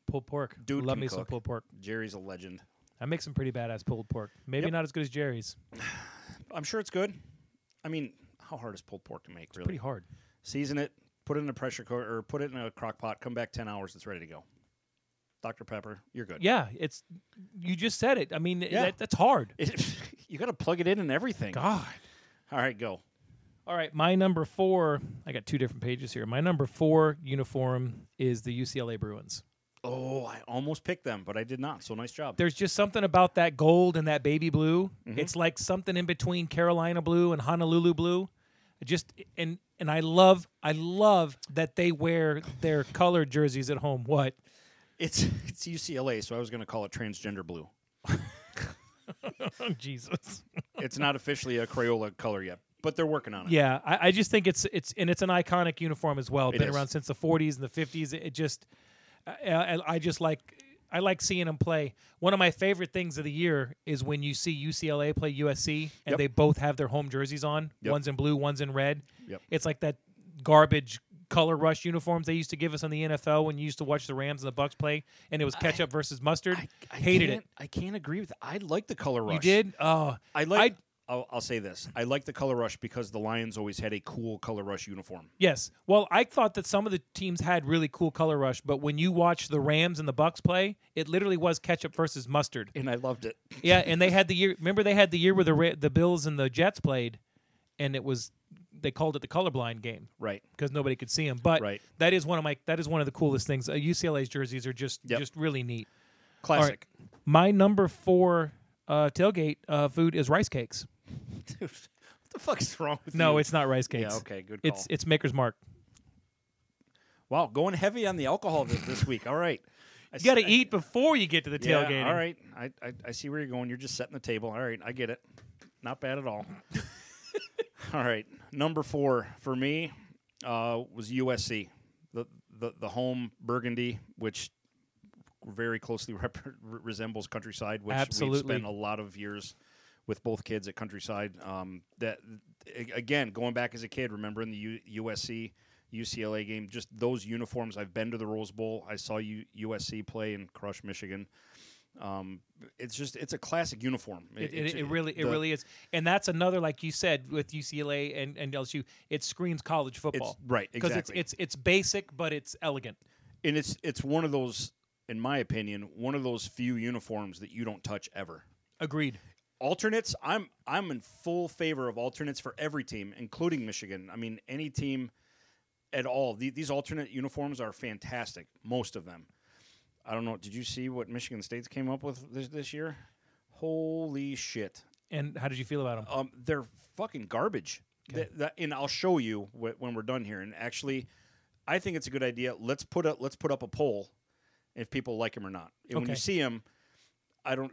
C: pulled pork.
A: Dude
C: love
A: can
C: me some
A: cook.
C: pulled pork.
A: Jerry's a legend.
C: I make some pretty badass pulled pork. Maybe
A: Yep.
C: not as good as Jerry's.
A: I'm sure it's good. I mean, how hard is pulled pork to make? Really,
C: Pretty hard.
A: season it, put it in a pressure cooker, or put it in a crock pot. Come back ten hours, it's ready to go. Dr Pepper, you're good.
C: Yeah, it's you just said it. I mean,
A: Yeah.
C: that, that's hard.
A: you got to plug it in and everything.
C: God.
A: All right, go.
C: All right, my number four. I got two different pages here. My number four uniform is the UCLA Bruins.
A: Oh, I almost picked them, but I did not. So nice job.
C: There's just something about that gold and that baby blue. It's like something in between Carolina blue and Honolulu blue. It Just and and I love I love that they wear their colored jerseys at home. What?
A: It's it's UCLA, so I was going to call it transgender blue.
C: Oh Jesus.
A: It's not officially a Crayola color yet, but they're working on it.
C: Yeah, I, I just think it's it's and it's an iconic uniform as well.
A: It
C: Been
A: is.
C: around since the 40s and the 50s. It, it just uh, I, I, I just like I like seeing them play. One of my favorite things of the year is when you see UCLA play USC and
A: Yep.
C: they both have their home jerseys on.
A: Yep.
C: One's in blue, one's in red.
A: Yep.
C: It's like that garbage color rush uniforms they used to give us on the NFL when you used to watch the Rams and the Bucks play, and it was ketchup versus mustard. Hated it.
A: I can't agree with. I like the color rush.
C: You did? Oh,
A: I like.
C: I-
A: I'll, I'll say this. I like the color rush because the Lions always had a cool color rush uniform.
C: Yes. Well, I thought that some of the teams had really cool color rush, but when you watch the Rams and the Bucks play, it literally was ketchup versus mustard.
A: and I loved it.
C: Yeah, and they had the year. Remember, they had the year where the Ra- the Bills and the Jets played, and it was they called it the colorblind game
A: Right.
C: because nobody could see them. But
A: Right.
C: that is one of my that is one of the coolest things. Uh, UCLA's jerseys are just
A: Yep.
C: just really neat. All right.
A: Classic.
C: My number four uh, tailgate uh, food is rice cakes.
A: Dude, what the fuck's wrong with you?
C: No, it's not rice cakes.
A: okay, good call.
C: It's it's Maker's Mark.
A: Wow, going heavy on the alcohol this, this week. All right. I
C: You got to
A: see-
C: eat before you get to the
A: Yeah,
C: tailgate.
A: all right. I, I, I see where you're going. You're just setting the table. All right. I get it. Not bad at all. all right. Number four for me uh, was USC, the, the, the home Burgundy, which very closely rep- resembles Countryside, which
C: Absolutely.
A: we've spent a lot of years with both kids at Countryside. Um, that a- again, going back as a kid, remembering the U- USC UCLA game, just those uniforms. I've been to the Rose Bowl. I saw U- USC play and crush Michigan. Um, it's just it's a classic uniform.
C: It,
A: it's-
C: it, it really it
A: the-
C: really is, and that's another like you said with UCLA and, and LSU, it screams college football,
A: right, exactly.
C: it's it's it's basic but it's elegant.
A: and it's it's one of those, in my opinion, one of those few uniforms that you don't touch ever.
C: Agreed.
A: alternates i'm i'm in full favor of alternates for every team including michigan i mean any team at all The- these alternate uniforms are fantastic most of them i don't know did you see what michigan state's came up with this, this year holy shit
C: And how did you feel about them?
A: um, they're fucking garbage Th- that- and i'll show you wh- when we're done here and actually i think it's a good idea let's put up let's put up a poll if people like them or not and when you
C: Okay.
A: see them i don't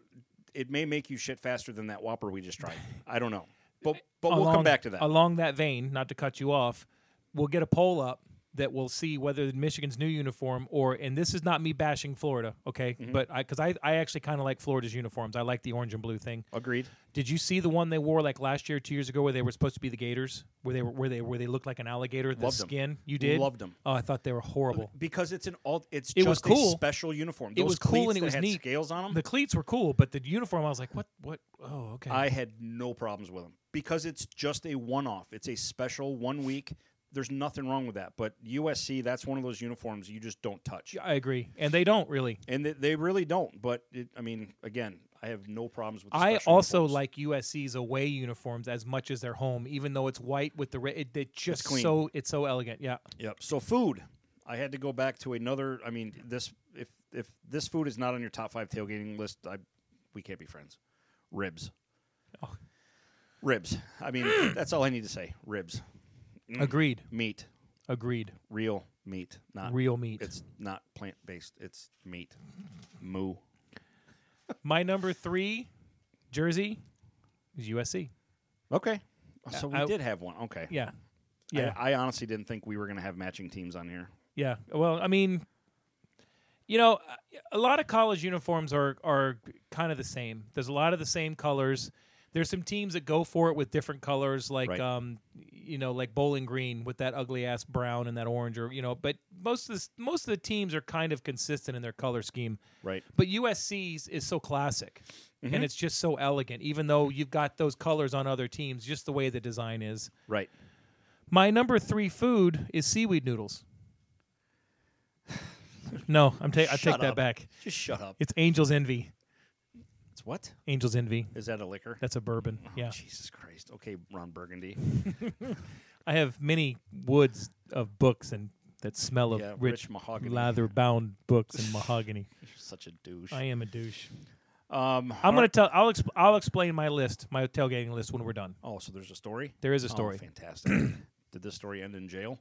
A: it may make you shit faster than that whopper we just tried i don't know but but we'll come
C: Along-
A: back to that
C: Along that vein, not to cut you off, we'll get a poll up that will see whether Michigan's new uniform or and this is not me bashing Florida, okay?
A: Mm-hmm.
C: But I because I, I actually kind of like Florida's uniforms. I like the orange and blue thing.
A: agreed
C: Did you see the one they wore like last year, two years ago, where they were supposed to be the Gators, where they were where they where they looked like an alligator, the
A: Loved 'em.
C: skin? You did
A: Loved 'em.
C: Oh, I thought they were horrible.
A: because it's an alt it's
C: It
A: just
C: was cool.
A: a special uniform
C: it
A: Those
C: was cool
A: cleats
C: and it
A: that
C: was
A: had
C: neat.
A: scales on them
C: The cleats were cool, but the uniform, I was like, what? What? Oh, okay.
A: I had no problems with them because it's just a one off. It's a special one week. There's nothing wrong with that. But USC, that's one of those uniforms you just don't touch.
C: I agree, and they don't really.
A: And they, they really don't. But it, I mean, again, I have no problems with the
C: I
A: special
C: also
A: uniforms.
C: like USC's away uniforms as much as their home, even though it's white with the red. It, it just
A: clean.
C: so it's so elegant. Yeah,
A: Yep. So food. I had to go back to another I mean, this if if this food is not on your top five tailgating list, I we can't be friends. Ribs.
C: Oh.
A: Ribs. I mean, that's all I need to say. Ribs. Mm.
C: agreed,
A: Meat.
C: agreed.
A: Real meat. Not
C: Real meat.
A: It's not plant based. It's meat. Moo.
C: My number three jersey is USC.
A: Okay. So we
C: I-
A: did have one. Okay.
C: Yeah,
A: I-
C: yeah,
A: I, honestly didn't think we were going to have matching teams on here.
C: yeah. Well, I mean, you know, a lot of college uniforms are are kind of the same. There's a lot of the same colors. There's some teams that go for it with different colors, like
A: Right.
C: um, you know, like Bowling Green with that ugly ass brown and that orange, or you know. But most of the, most of the teams are kind of consistent in their color scheme.
A: Right. Mm-hmm.
C: But USC's is so classic, and it's just so elegant. Even though you've got those colors on other teams, just the way the design is.
A: Right.
C: My number three food is seaweed noodles. No, I'm ta- I take
A: Shut
C: that
A: up.
C: back.
A: Just shut up.
C: It's Angel's Envy.
A: It's what?
C: Angel's Envy.
A: Is that a liquor?
C: That's a bourbon.
A: Oh,
C: Yeah.
A: Jesus Christ. Okay, Ron Burgundy.
C: I have many woods of books and that smell of
A: Yeah,
C: rich,
A: rich mahogany.
C: lather bound books and mahogany.
A: You're such a douche.
C: I am a douche.
A: um,
C: I'm going to tell I'll exp- I'll explain my list, my tailgating list when we're done.
A: oh, so there's a story?
C: There is a
A: Oh,
C: story.
A: fantastic. Did this story end in jail?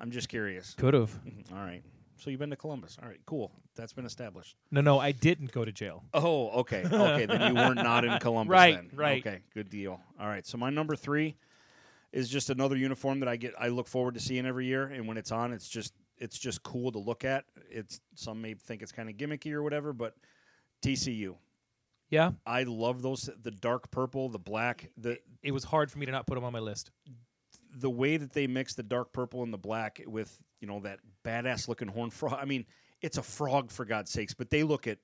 A: I'm just curious.
C: Could have.
A: All right. So you've been to Columbus. All right, cool. That's been established.
C: No, no, I didn't go to jail.
A: Oh, okay. Okay, then you were not in Columbus
C: Right,
A: then.
C: right.
A: Okay, good deal. All right. So my number 3 is just another uniform that I get I look forward to seeing every year and when it's on it's just it's just cool to look at. It's some may think it's kind of gimmicky or whatever, but TCU.
C: Yeah.
A: I love those the dark purple, the black, the
C: It was hard for me to not put them on my list.
A: the way that they mix the dark purple and the black with you know that badass looking horn frog. I mean, it's a frog for God's sakes, but they look at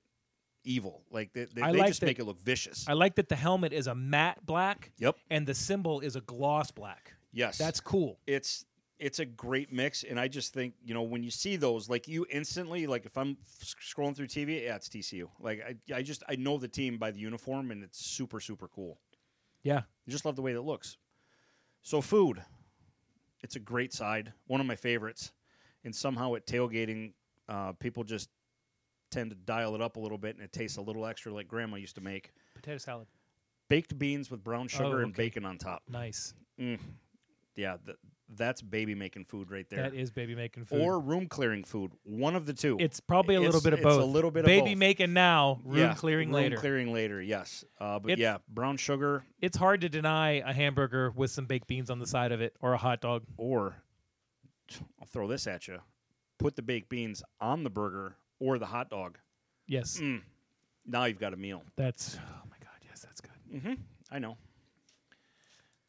A: evil like they, they,
C: I
A: they
C: like
A: just
C: that-
A: make it look vicious.
C: I like that the helmet is a matte black.
A: Yep.
C: And the symbol is a gloss black.
A: yes,
C: That's cool.
A: it's it's a great mix, and I just think you know when you see those, like you instantly like if I'm s- scrolling through TV, yeah, it's TCU. Like I, I just I know the team by the uniform, and it's super super cool.
C: Yeah.
A: I just love the way that it looks. So food, it's a great side, one of my favorites, and somehow at tailgating, uh, people just tend to dial it up a little bit, and it tastes a little extra like Grandma used to make.
C: Potato salad.
A: Baked beans with brown sugar and
C: okay.
A: bacon on top.
C: Nice.
A: Yeah, th- that's baby making food right there.
C: That is baby making food.
A: Or room clearing food, one of the two.
C: it's probably a
A: It's-
C: little bit of
A: it's a
C: both.
A: little bit of
C: baby
A: both.
C: making now, room
A: Yeah,
C: clearing
A: room
C: later.
A: Clearing later, yes. Uh, but
C: It's-
A: yeah, brown sugar
C: It's hard to deny a hamburger with some baked beans on the side of it or a hot dog.
A: or I'll throw this at you. Put the baked beans on the burger or the hot dog.
C: Yes.
A: Mm. Now you've got a meal.
C: That's oh my god, yes, that's good.
A: I know.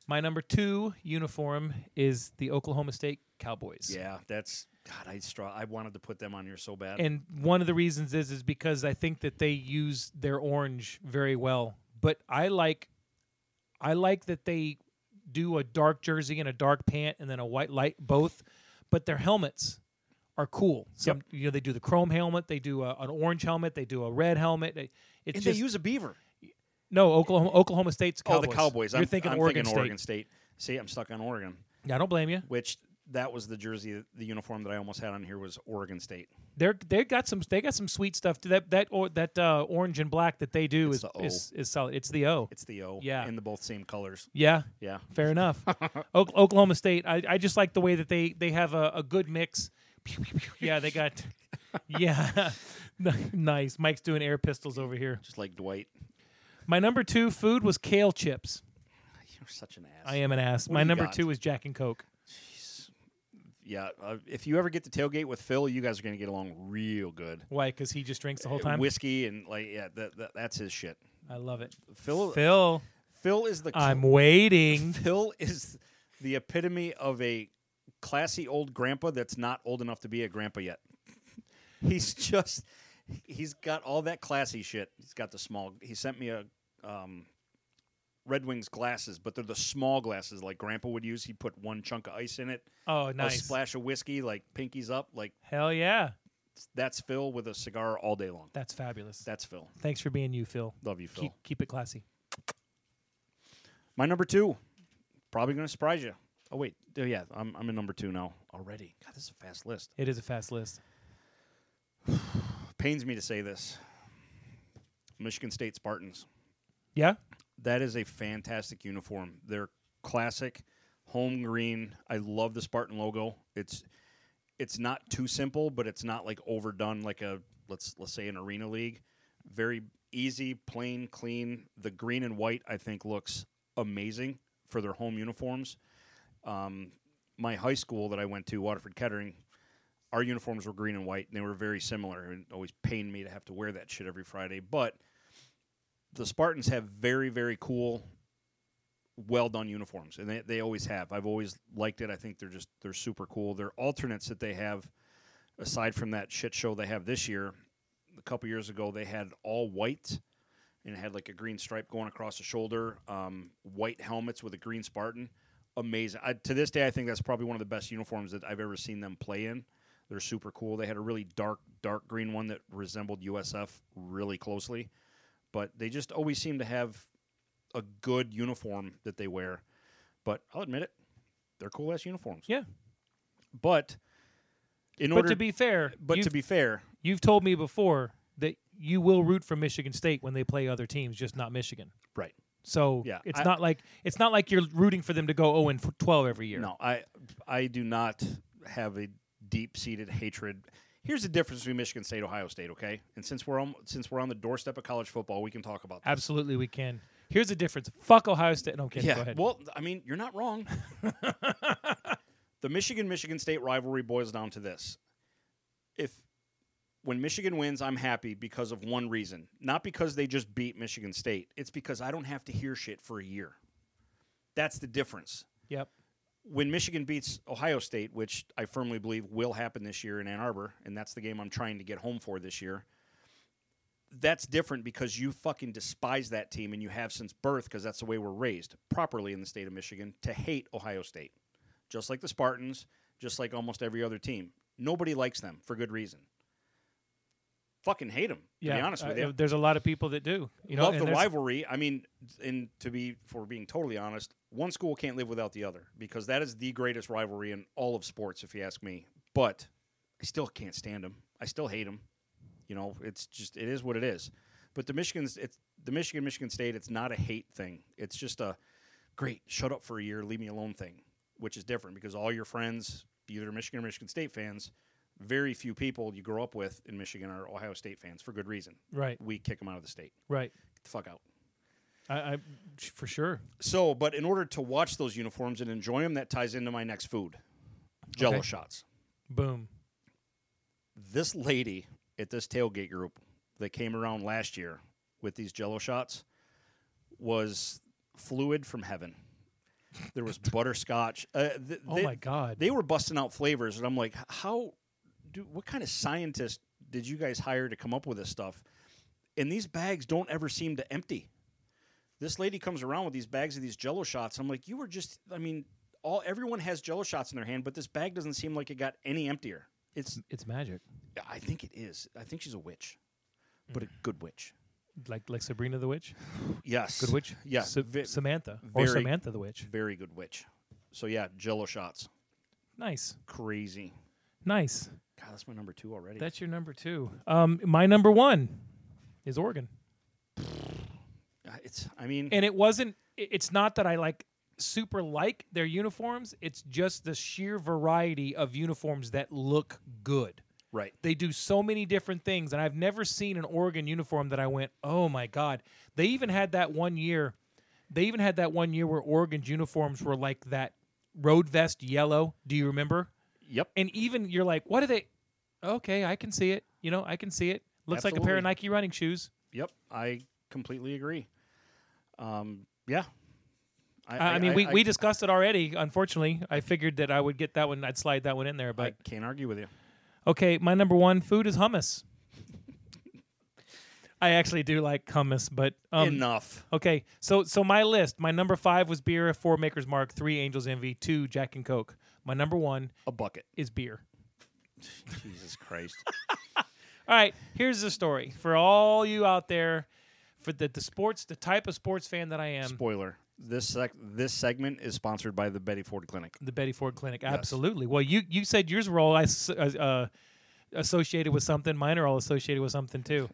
C: My number 2 uniform is the Oklahoma State Cowboys.
A: Yeah, that's God. I straw. I wanted to put them on here so bad.
C: and one of the reasons is is because I think that they use their orange very well. But I like, I like that they do a dark jersey and a dark pant and then a white light both. But their helmets are cool. Some you know they do the chrome helmet, they do a, an orange helmet, they do a red helmet. They- It's
A: And
C: just
A: they use a beaver.
C: no Oklahoma Oklahoma State's
A: Oh,
C: Cowboys.
A: the Cowboys.
C: You're
A: I'm
C: thinking
A: I'm
C: Oregon
A: thinking
C: State.
A: Oregon State. See, I'm stuck on Oregon,
C: Yeah, I don't blame you.
A: which that was the jersey, the uniform that I almost had on here was Oregon State.
C: They're they got some they got some sweet stuff. That that or that uh, orange and black that they do
A: It's
C: is,
A: the O.
C: is is solid. It's the O.
A: It's the O.
C: Yeah.
A: and the both same colors.
C: yeah.
A: Yeah,
C: Fair enough. o- Oklahoma State. I, I just like the way that they they have a, a good mix. yeah, they got. Yeah, N- nice. Mike's doing air pistols over here.
A: just like Dwight.
C: My number two food was kale chips.
A: You're such an ass.
C: I am an ass.
A: What
C: My
A: do you
C: number
A: got?
C: two is Jack and Coke.
A: Yeah, uh, if you ever get to tailgate with Phil, you guys are going to get along real good.
C: Why? Because he just drinks the whole
A: Uh,
C: time.
A: Whiskey and like yeah, that, that, that's his shit.
C: I love it.
A: Phil, Phil,
C: Phil,
A: is the
C: I'm waiting.
A: Phil is the epitome of a classy old grandpa that's not old enough to be a grandpa yet. he's just he's got all that classy shit. He's got the small. He sent me a um, Red Wings glasses, but they're the small glasses like grandpa would use. He put one chunk of ice in it,
C: Oh,
A: a
C: nice.
A: splash of whiskey, like pinkies up, like
C: Hell yeah,
A: that's Phil with a cigar all day long.
C: that's fabulous.
A: That's Phil.
C: Thanks for being you, Phil.
A: Love you, Phil.
C: Keep keep it classy.
A: My number two, probably going to surprise you. Oh wait, oh, yeah, I'm I'm in number two now already. God, this is a fast list.
C: It is a fast list.
A: pains me to say this. Michigan State Spartans.
C: Yeah,
A: That is a fantastic uniform. They're classic, home green. I love the Spartan logo. It's it's not too simple, but it's not like overdone like a let's let's say an arena league. Very easy, plain, clean. The green and white I think looks amazing for their home uniforms. Um, my high school that I went to, Waterford Kettering, our uniforms were green and white, and they were very similar. And it always pained me to have to wear that shit every Friday. But the Spartans have very, very cool, well done uniforms, and they, they always have. I've always liked it. I think they're just they're super cool. Their alternates that they have, aside from that shit show they have this year, a couple years ago they had all white, and it had like a green stripe going across the shoulder, um, white helmets with a green Spartan. Amazing. I, to this day, I think that's probably one of the best uniforms that I've ever seen them play in. They're super cool. They had a really dark, dark green one that resembled USF really closely but they just always seem to have a good uniform that they wear. But I'll admit it, they're cool ass uniforms.
C: yeah.
A: But in
C: But
A: order
C: to be fair,
A: but
C: you've-
A: to be fair,
C: You've told me before that you will root for Michigan State when they play other teams, just not Michigan.
A: right.
C: So
A: Yeah,
C: it's
A: I-
C: not like it's not like you're rooting for them to go 0 and 12 every year.
A: No, I I do not have a deep seated hatred. Here's the difference between Michigan State, Ohio State, okay? And since we're on, since we're on the doorstep of college football, we can talk about that.
C: Absolutely, we can. Here's the difference. Fuck Ohio State. No, I'm kidding. Go ahead.
A: Well, I mean, you're not wrong. the Michigan Michigan State rivalry boils down to this. If when Michigan wins, I'm happy because of one reason. Not because they just beat Michigan State. It's because I don't have to hear shit for a year. That's the difference
C: yep.
A: when Michigan beats Ohio State, which I firmly believe will happen this year in Ann Arbor, and that's the game I'm trying to get home for this year. That's different because you fucking despise that team and you have since birth because that's the way we're raised properly in the state of Michigan to hate Ohio State. Just like the Spartans, just like almost every other team. Nobody likes them for good reason. Fucking hate them, to
C: yeah,
A: be honest
C: uh,
A: with you.
C: There's a lot of people that do. You know,
A: love
C: and
A: the
C: there's-
A: rivalry. I mean, and to be for being totally honest, one school can't live without the other because that is the greatest rivalry in all of sports, if you ask me. But I still can't stand them. I still hate them. You know, it's just it is what it is. But the Michigan's it's the Michigan Michigan State. It's not a hate thing. It's just a great shut up for a year, leave me alone thing, which is different because all your friends, either Michigan or Michigan State fans, very few people you grow up with in Michigan are Ohio State fans for good reason.
C: Right,
A: We kick them out of the state.
C: right.
A: Get the fuck out.
C: I, I for sure.
A: So, but in order to watch those uniforms and enjoy them, that ties into my next food jello
C: Okay.
A: shots.
C: Boom.
A: This lady at this tailgate group that came around last year with these jello shots was fluid from heaven. There was butterscotch. Uh, th-
C: Oh
A: they,
C: my God.
A: They were busting out flavors, and I'm like, "H- how do what kind of scientist did you guys hire to come up with this stuff? And these bags don't ever seem to empty. This lady comes around with these bags of these jello shots. I'm like, you were just I mean, all everyone has jello shots in their hand, but this bag doesn't seem like it got any emptier. It's
C: it's magic,
A: I think it is. I think she's a witch. But a good witch.
C: like like Sabrina the Witch,
A: Yes.
C: Good Witch.
A: Yes.
C: Sa-
A: ve-
C: Samantha or
A: very-
C: Samantha the Witch.
A: very good witch. So yeah, jello shots.
C: Nice,
A: Crazy.
C: nice.
A: God, that's my number two already.
C: That's your number two. Um, my number one is Oregon,
A: Uh, it's I mean
C: and it wasn't. i- It's not that I like super like their uniforms. It's just the sheer variety of uniforms that look good.
A: right.
C: They do so many different things, and I've never seen an Oregon uniform that I went, "Oh my god!" They even had that one year. They even had that one year where Oregon's uniforms were like that road vest yellow. Do you remember?
A: Yep.
C: And even you're like, "What are they?" Okay, I can see it. You know, I can see it. Looks like a pair
A: Absolutely.
C: of Nike running shoes.
A: Yep, I completely agree. Um, yeah,
C: I, I mean, we, we discussed it already. Unfortunately, I figured that I would get that one. I'd slide that one in there.
A: I
C: But
A: can't argue with you.
C: okay, my number one food is hummus. I actually do like hummus, but um,
A: Enough.
C: Okay, so so my list, my number five was beer, four Maker's Mark, three Angels Envy, two Jack and Coke. My number one
A: A bucket.
C: is beer.
A: Jesus Christ.
C: All right, here's the story for all you out there, for the, the sports, the type of sports fan that I am,
A: Spoiler: This sec- this segment is sponsored by the Betty Ford Clinic.
C: the Betty Ford Clinic. Absolutely. Well, you you said yours were all I s- uh, uh, associated with something. Mine are all associated with something too.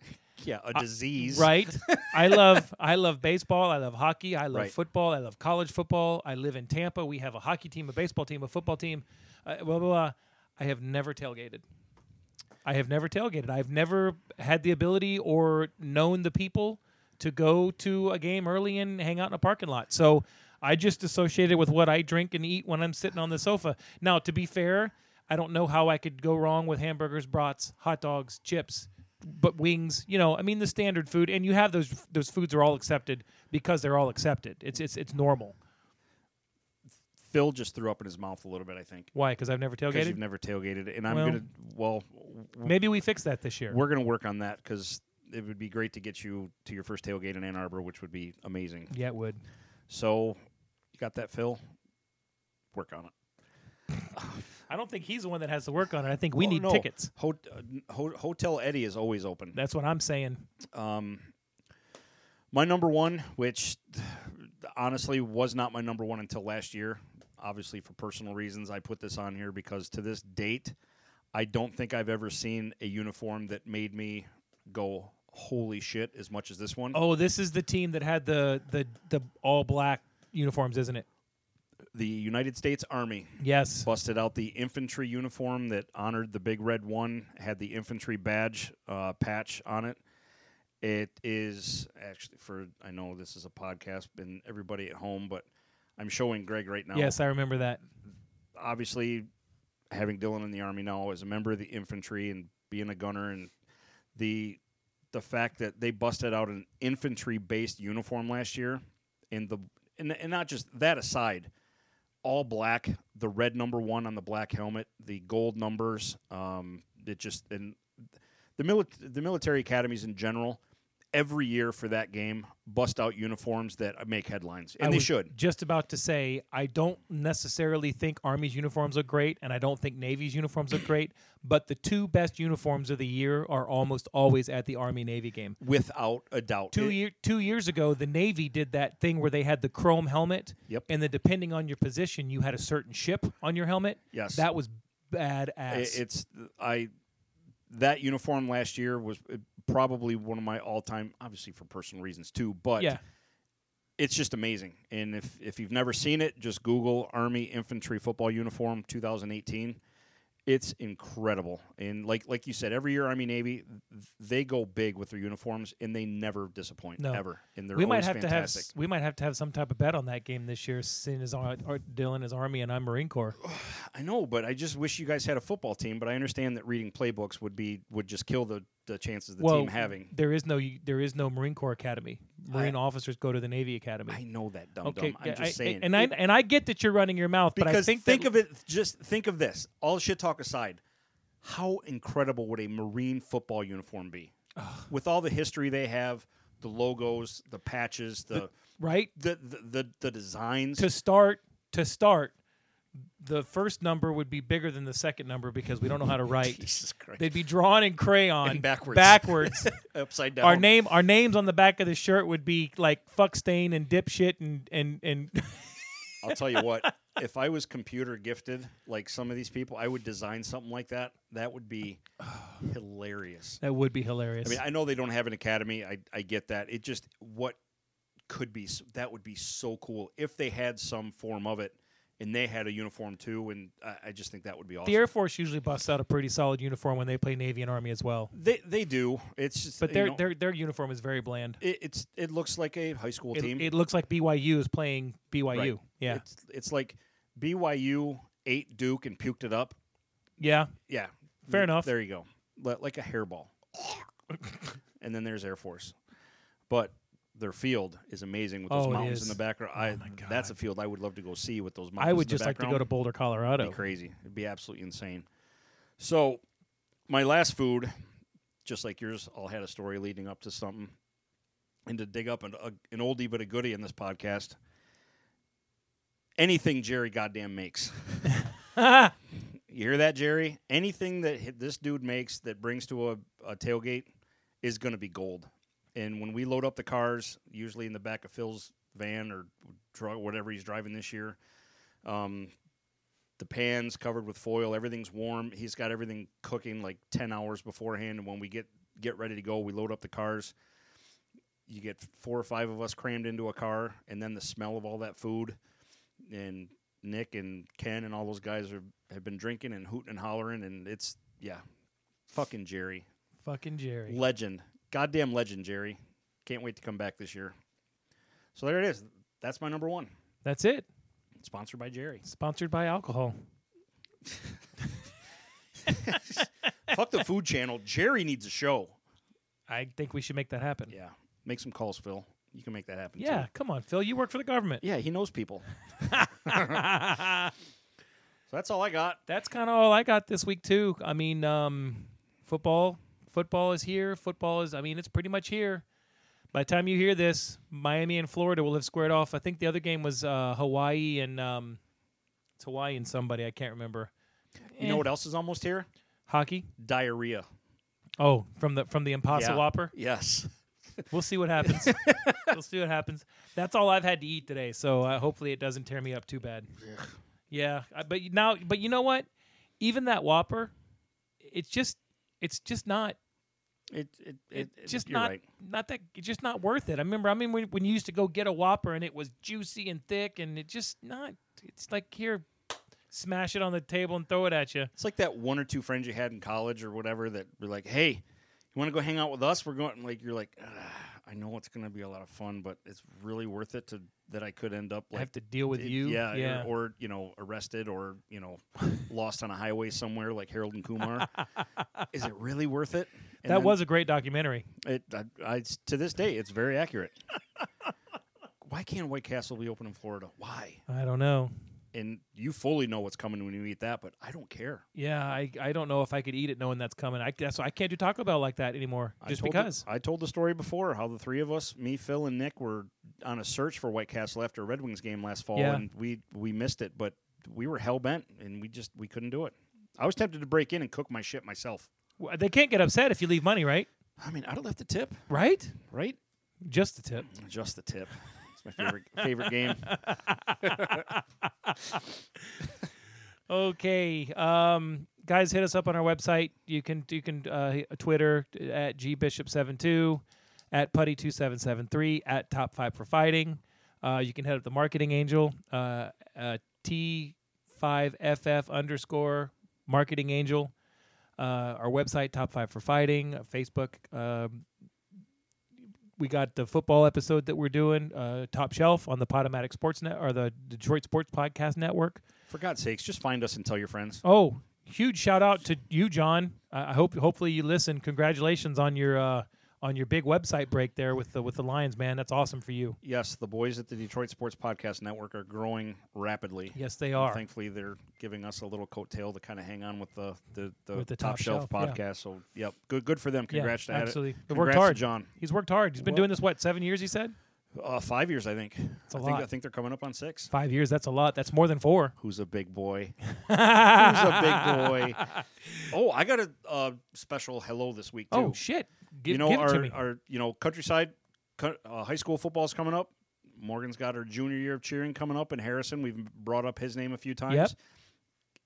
A: Yeah, a disease.
C: Right. I love I love baseball. I love hockey. I love
A: Right.
C: football. I love college football. I live in Tampa. We have a hockey team, a baseball team, a football team. Uh, blah blah blah. I have never tailgated. I have never tailgated. I've never had the ability or known the people to go to a game early and hang out in a parking lot. So I just associate it with what I drink and eat when I'm sitting on the sofa. Now, to be fair, I don't know how I could go wrong with hamburgers, brats, hot dogs, chips, but wings. You know, I mean the standard food, and you have those. Those foods are all accepted because they're all accepted. It's it's it's normal.
A: Phil just threw up in his mouth a little bit. I think
C: Why? Because I've never
A: because
C: tailgated.
A: you've never tailgated, and I'm
C: Well-
A: gonna. Well,
C: Maybe we fix that this year.
A: we're gonna work on that because it would be great to get you to your first tailgate in Ann Arbor, which would be amazing.
C: yeah, it would.
A: So, you got that, Phil? Work on it.
C: I don't think he's the one that has to work on it. I think we
A: Oh,
C: need
A: no.
C: tickets.
A: Ho- uh, n- ho- Hotel Eddie is always open.
C: That's what I'm saying.
A: Um, my number one, which honestly was not my number one until last year, obviously for personal reasons, I put this on here because to this date, I don't think I've ever seen a uniform that made me go holy shit as much as this one.
C: Oh, this is the team that had the the the all black uniforms, isn't it?
A: The United States Army
C: Yes.
A: busted out the infantry uniform that honored the big red one had the infantry badge uh, patch on it it is actually for i know this is a podcast and everybody at home but i'm showing greg right now
C: Yes, I remember that.
A: obviously having dylan in the army now as a member of the infantry and being a gunner and the the fact that they busted out an infantry based uniform last year and the and, and not just that aside all black. The red number one on the black helmet, the gold numbers. Um, it just and the mili- the military academies in general. Every year for that game, bust out uniforms that make headlines, and
C: I
A: they
C: was
A: should.
C: Just about to say, I don't necessarily think Army's uniforms look great, and I don't think Navy's uniforms look great. But the two best uniforms of the year are almost always at the Army Navy game.
A: without a doubt.
C: Two
A: It-
C: year two years ago, the Navy did that thing where they had the chrome helmet.
A: Yep.
C: And then depending on your position, you had a certain ship on your helmet.
A: Yes.
C: That was badass.
A: it- it's I that uniform last year was uh, probably one of my all-time obviously for personal reasons too, but
C: yeah.
A: it's just amazing. And if if you've never seen it, just Google Army Infantry Football Uniform 2018. It's incredible. And like like you said, every year Army Navy th- they go big with their uniforms and they never disappoint
C: No.
A: ever. And they're
C: we might
A: always
C: have
A: fantastic.
C: to have we might have to have some type of bet on that game this year, seeing as our, our Dylan is Army and I'm Marine Corps.
A: Oh, I know, but I just wish you guys had a football team. But I understand that reading playbooks would be would just kill the, the chances of the
C: well,
A: team having.
C: there is no there is no Marine Corps Academy. Marine officers go to the Navy Academy.
A: I know that dumb
C: okay,
A: dumb. I'm
C: I- I-
A: just saying.
C: and I and I get that you're running your mouth,
A: because
C: but I think
A: think
C: that,
A: of it. Just think of this. All shit talk aside, how incredible would a Marine football uniform be? With all the history they have, the logos, the patches, the
C: right
A: the the, the, the designs.
C: to start to start. The first number would be bigger than the second number because we don't know how to write.
A: Jesus Christ.
C: They'd be drawn in crayon
A: And backwards.
C: backwards.
A: upside down.
C: our name, our names on the back of the shirt would be like fuck stain and dipshit and and and
A: I'll tell you what. If I was computer gifted like some of these people, I would design something like that. That would be hilarious.
C: that would be hilarious.
A: I mean, I know they don't have an academy. I, I get that. It just what could be s- that would be so cool if they had some form of it and they had a uniform too. And I, I just think that would be awesome.
C: the Air Force usually busts out a pretty solid uniform when they play Navy and Army as well,
A: they they do. It's just
C: but
A: you
C: their
A: know,
C: their their uniform is very bland.
A: it, it's it looks like a high school
C: It,
A: team.
C: it looks like BYU is playing BYU.
A: Right.
C: Yeah,
A: It's it's like BYU ate Duke and puked it up.
C: yeah.
A: Yeah,
C: Fair enough.
A: There you go. Li- Like a hairball. and then there's Air Force, but their field is amazing with those
C: Oh, it
A: mountains in
C: is.
A: the background. I that's a field I would love to go see with those mountains.
C: I would
A: in the
C: just like to go
A: background.
C: to Boulder,
A: It'd
C: Colorado.
A: be crazy. It'd be absolutely insane. So, my last food, just like yours, all had a story leading up to something, and to dig up an, a, an oldie but a goodie in this podcast. Anything Jerry goddamn makes. You hear that, Jerry? Anything that hi- this dude makes that brings to a, a tailgate is going to be gold. And when we load up the cars, usually in the back of Phil's van or truck, whatever he's driving this year, um, the pan's covered with foil. Everything's warm. He's got everything cooking like ten hours beforehand. And when we get get ready to go, we load up the cars. You get four or five of us crammed into a car, and then the smell of all that food, and Nick and Ken and all those guys are, have been drinking and hooting and hollering, and it's yeah, fucking Jerry,
C: Fucking Jerry.
A: legend, goddamn legend, Jerry. Can't wait to come back this year. So there it is. That's my number one.
C: That's it.
A: Sponsored by Jerry.
C: Sponsored by alcohol.
A: Fuck the food channel. Jerry needs a show.
C: I think we should make that happen.
A: Yeah. Make some calls, Phil. You can make that happen.
C: Yeah,
A: Too.
C: come on, Phil. You work for the government.
A: Yeah, he knows people. so that's all I got.
C: That's kind of all I got this week too. I mean, um, football, football is here. Football is. I mean, it's pretty much here. By the time you hear this, Miami and Florida will have squared off. I think the other game was uh, Hawaii and um, it's Hawaii and somebody I can't remember.
A: You
C: Eh.
A: know what else is almost here?
C: Hockey.
A: Diarrhea.
C: Oh, from the from the Impossible
A: Yeah.
C: Whopper.
A: Yes.
C: We'll see what happens. we'll see what happens. That's all I've had to eat today, so uh, hopefully it doesn't tear me up too bad. Yeah, I- but you- now, but you know what? Even that Whopper, it's just, it's just not,
A: It it, it,
C: it,
A: it-
C: just
A: you're
C: not,
A: right.
C: not that, it's just not worth it. I remember, I mean, when, when you used to go get a Whopper and it was juicy and thick, and it just not. It's like here, smash it on the table and throw it at you.
A: It's like that one or two friends you had in college or whatever that were like, "Hey, you want to go hang out with us? We're going." Like you're like, "Ah, "I know it's going to be a lot of fun, but it's really worth it to that I could end up
C: I
A: like
C: have to deal with
A: it-
C: you.
A: yeah, or-
C: yeah.
A: Or, you know, arrested, or you know, lost on a highway somewhere, like Harold and Kumar. Is it really worth it? And
C: that
A: then
C: was a great documentary.
A: it. I, I- it's- to this day, it's very accurate. Why can't White Castle be open in Florida? Why?
C: I don't know.
A: and you fully know what's coming when you eat that, but I don't care.
C: Yeah, I, I don't know if I could eat it knowing that's coming. I that's why I can't do Taco Bell like that anymore.
A: I
C: Just
A: told the-
C: because.
A: I told the story before how the three of us, me, Phil, and Nick, were on a search for White Castle after a Red Wings game last fall,
C: Yeah.
A: and we we missed it, but we were hell bent, and we just we couldn't do it. I was tempted to break in and cook my shit myself.
C: Well, They can't get upset if you leave money, right?
A: I mean, I'd have left the tip,
C: Right?
A: right?
C: Just a tip.
A: Just the tip. It's my favorite favorite game.
C: Okay, um, guys, hit us up on our website. You can you can uh, Twitter at gbishop72, at putty2773, at top five for fighting. Uh, you can head up the marketing angel uh, uh, t5ff underscore marketing angel. Uh, our website top five for fighting. uh, Facebook. Um, we got the football episode that we're doing, uh, Top Shelf on the Potomatic Sports Net or the Detroit Sports Podcast Network.
A: For God's sakes, just find us and tell your friends.
C: Oh, huge shout out to you, John. I I hope hopefully you listen. Congratulations on your uh, on your big website break there with the with the Lions, man. That's awesome for you.
A: Yes, the boys at the Detroit Sports Podcast Network are growing rapidly.
C: Yes, they
A: And
C: are.
A: Thankfully, they're giving us a little coattail to kind of hang on with the the, the,
C: With the
A: top,
C: Top
A: shelf,
C: Shelf,
A: podcast. So, yep, good good for them.
C: Yeah,
A: Congrats to
C: absolutely.
A: It.
C: They
A: Congrats
C: worked
A: to
C: hard.
A: John.
C: He's worked hard. He's been
A: Well-
C: doing this what seven years? He said
A: Uh, five years, I think.
C: a
A: I think.
C: lot.
A: I think they're coming up on six.
C: five years. That's a lot. That's more than four.
A: Who's a big boy? Who's a big boy? Oh, I got a uh, special hello this week too.
C: Oh shit! Give,
A: you know
C: give
A: our,
C: it to me.
A: our you know countryside co- uh, high school football's coming up morgan's got her junior year of cheering coming up and harrison we've brought up his name a few times
C: Yep.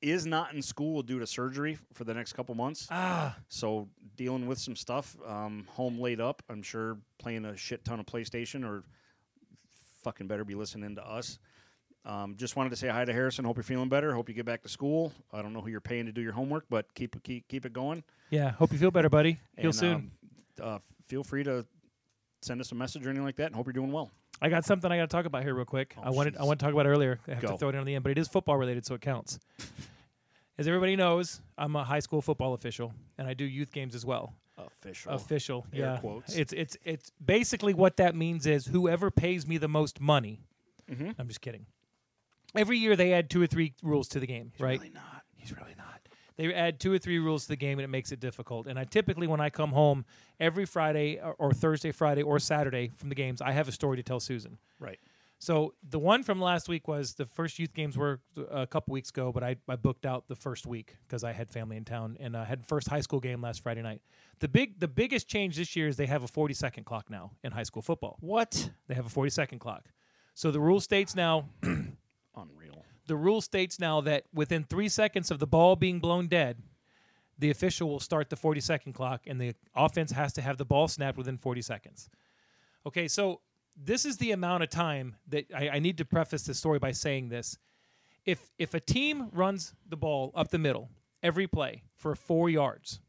A: is not in school due to surgery for the next couple months
C: ah,
A: so dealing with some stuff um, home laid up i'm sure playing a shit ton of playstation or fucking better be listening to us um, just wanted to say hi to Harrison. Hope you're feeling better. Hope you get back to school. I don't know who you're paying to do your homework, but keep keep keep it going.
C: yeah. Hope you feel better, buddy. Heal
A: And,
C: soon.
A: um, uh, feel free to send us a message or anything like that, and hope you're doing well.
C: I got something I got to talk about here real quick. I wanted I
A: Oh, jeez.
C: want to talk about it earlier. I have
A: Go.
C: to throw it in on the end, but it is football related, so it counts. as everybody knows, I'm a high school football official, and I do youth games as well.
A: Official.
C: Official,
A: Air
C: yeah.
A: quotes.
C: It's it's it's basically what that means is whoever pays me the most money.
A: Mm-hmm.
C: I'm just kidding. Every year they add two or three rules to the game, right? Really not. He's really not. They add two or three rules to the game, and it makes it difficult. And I typically, when I come home every Friday or- or Thursday, Friday or Saturday from the games, I have a story to tell Susan.
A: right.
C: So the one from last week was the first youth games were a couple weeks ago, but I, I booked out the first week because I had family in town and I had first high school game last Friday night. The big the biggest change this year is they have a 40 second clock now in high school football.
A: What?
C: They have a 40 second clock. So the rule states now
A: Unreal.
C: the rule states now that within three seconds of the ball being blown dead, the official will start the 40 second clock and the offense has to have the ball snapped within 40 seconds. Okay, so this is the amount of time that I, I need to preface this story by saying this. If if a team runs the ball up the middle every play for four yards,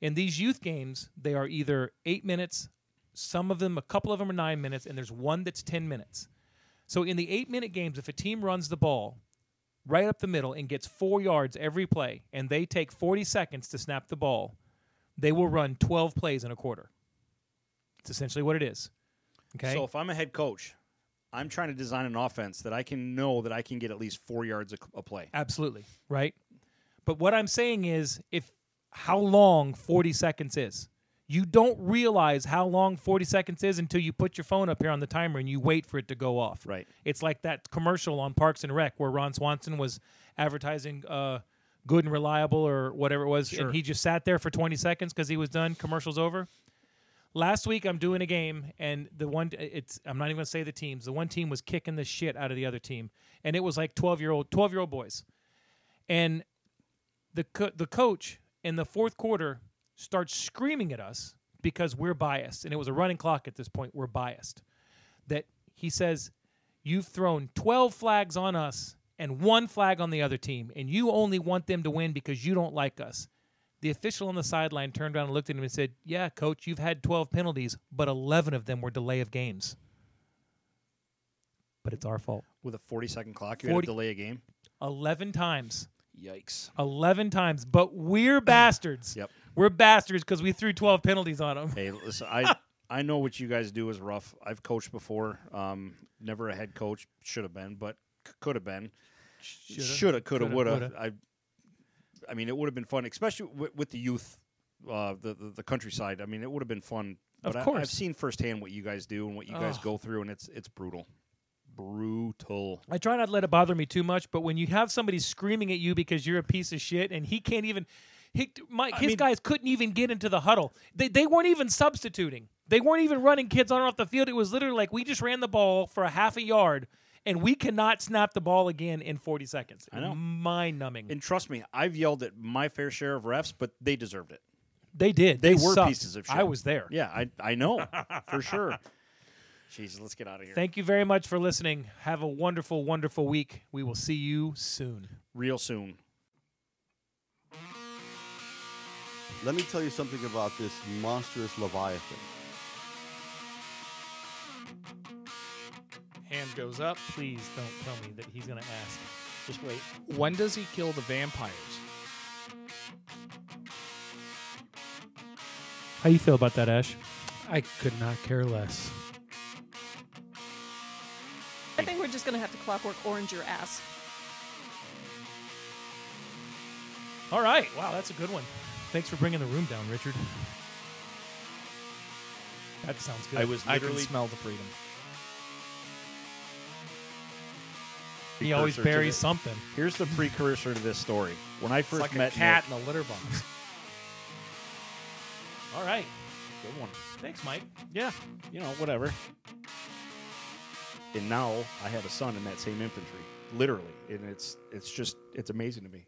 C: in these youth games, they are either eight minutes, some of them, a couple of them are nine minutes, and there's one that's 10 minutes. So in the eight minute games, if a team runs the ball right up the middle and gets four yards every play, and they take 40 seconds to snap the ball, they will run 12 plays in a quarter. It's essentially what it is. Okay.
A: So if I'm a head coach, I'm trying to design an offense that I can know that I can get at least four yards a, a play.
C: Absolutely. Right? But what I'm saying is if how long 40 seconds is. You don't realize how long 40 seconds is until you put your phone up here on the timer and you wait for it to go off.
A: Right.
C: It's like that commercial on Parks and Rec where Ron Swanson was advertising uh, good and reliable or whatever it was and he just sat there for 20 seconds cuz he was done, commercials over. Last week I'm doing a game and the one it's I'm not even going to say the teams. The one team was kicking the shit out of the other team and it was like 12-year-old 12-year-old boys and the co- the coach in the fourth quarter starts screaming at us because we're biased, and it was a running clock at this point. We're biased. That he says, "You've thrown twelve flags on us and one flag on the other team, and you only want them to win because you don't like us." The official on the sideline turned around and looked at him and said, "Yeah, coach, you've had twelve penalties, but eleven of them were delay of games." But it's our fault.
A: With a 40 second clock, you had
C: 40
A: to delay a game.
C: 11 times
A: Yikes.
C: 11 times, but we're bastards.
A: Yep.
C: We're bastards because we threw 12 penalties on them.
A: Hey, listen, I I know what you guys do is rough. I've coached before. Um, never a head coach, should have been, but c- could have been.
C: Shoulda,
A: shoulda, coulda,
C: coulda,
A: woulda.
C: woulda.
A: I, I mean, it would have been fun, especially with, with the youth, uh, the, the the countryside. I mean, it would have been fun.
C: Of
A: But I, I've
C: course.
A: seen firsthand what you guys do and what you guys
C: Ugh.
A: go through, and it's it's brutal, brutal.
C: I try not to let it bother me too much, but when you have somebody screaming at you because you're a piece of shit and he can't even, he, Mike, his
A: mean-
C: guys couldn't even get into the huddle. They, they weren't even substituting. They weren't even running kids on or off the field. It was literally like we just ran the ball for a half a yard and we cannot snap the ball again in 40 seconds.
A: I know.
C: Mind numbing.
A: And trust me, I've yelled at my fair share of refs, but they deserved it.
C: They did.
A: They were
C: sucked.
A: pieces of shit.
C: I was there.
A: Yeah, I I know for sure. Jeez, let's get out of here.
C: Thank you very much for listening. Have a wonderful, wonderful week. We will see you soon.
A: Real soon.
J: Let me tell you something about this monstrous Leviathan.
C: Hand goes up. Please don't tell me that he's going to ask. Just wait.
K: When does he kill the vampires?
C: How you feel about that, Ash? I could not care less.
I: I think we're just gonna have to clockwork orange your ass.
C: All right. Wow, that's a good one. Thanks for bringing the room down, Richard. That sounds good.
A: I was
K: I can
A: literally
K: smell the freedom.
C: he always
A: precursor to
C: buries
A: the-
C: something.
A: Here's the precursor to this story. When I
K: It's
A: first
K: like
A: met
K: a cat in a litter box.
C: All right.
A: Nick, good one.
C: Thanks, Mike.
A: Yeah, you know, whatever. And now I have a son in that same infantry, literally, and it's it's just it's amazing to me.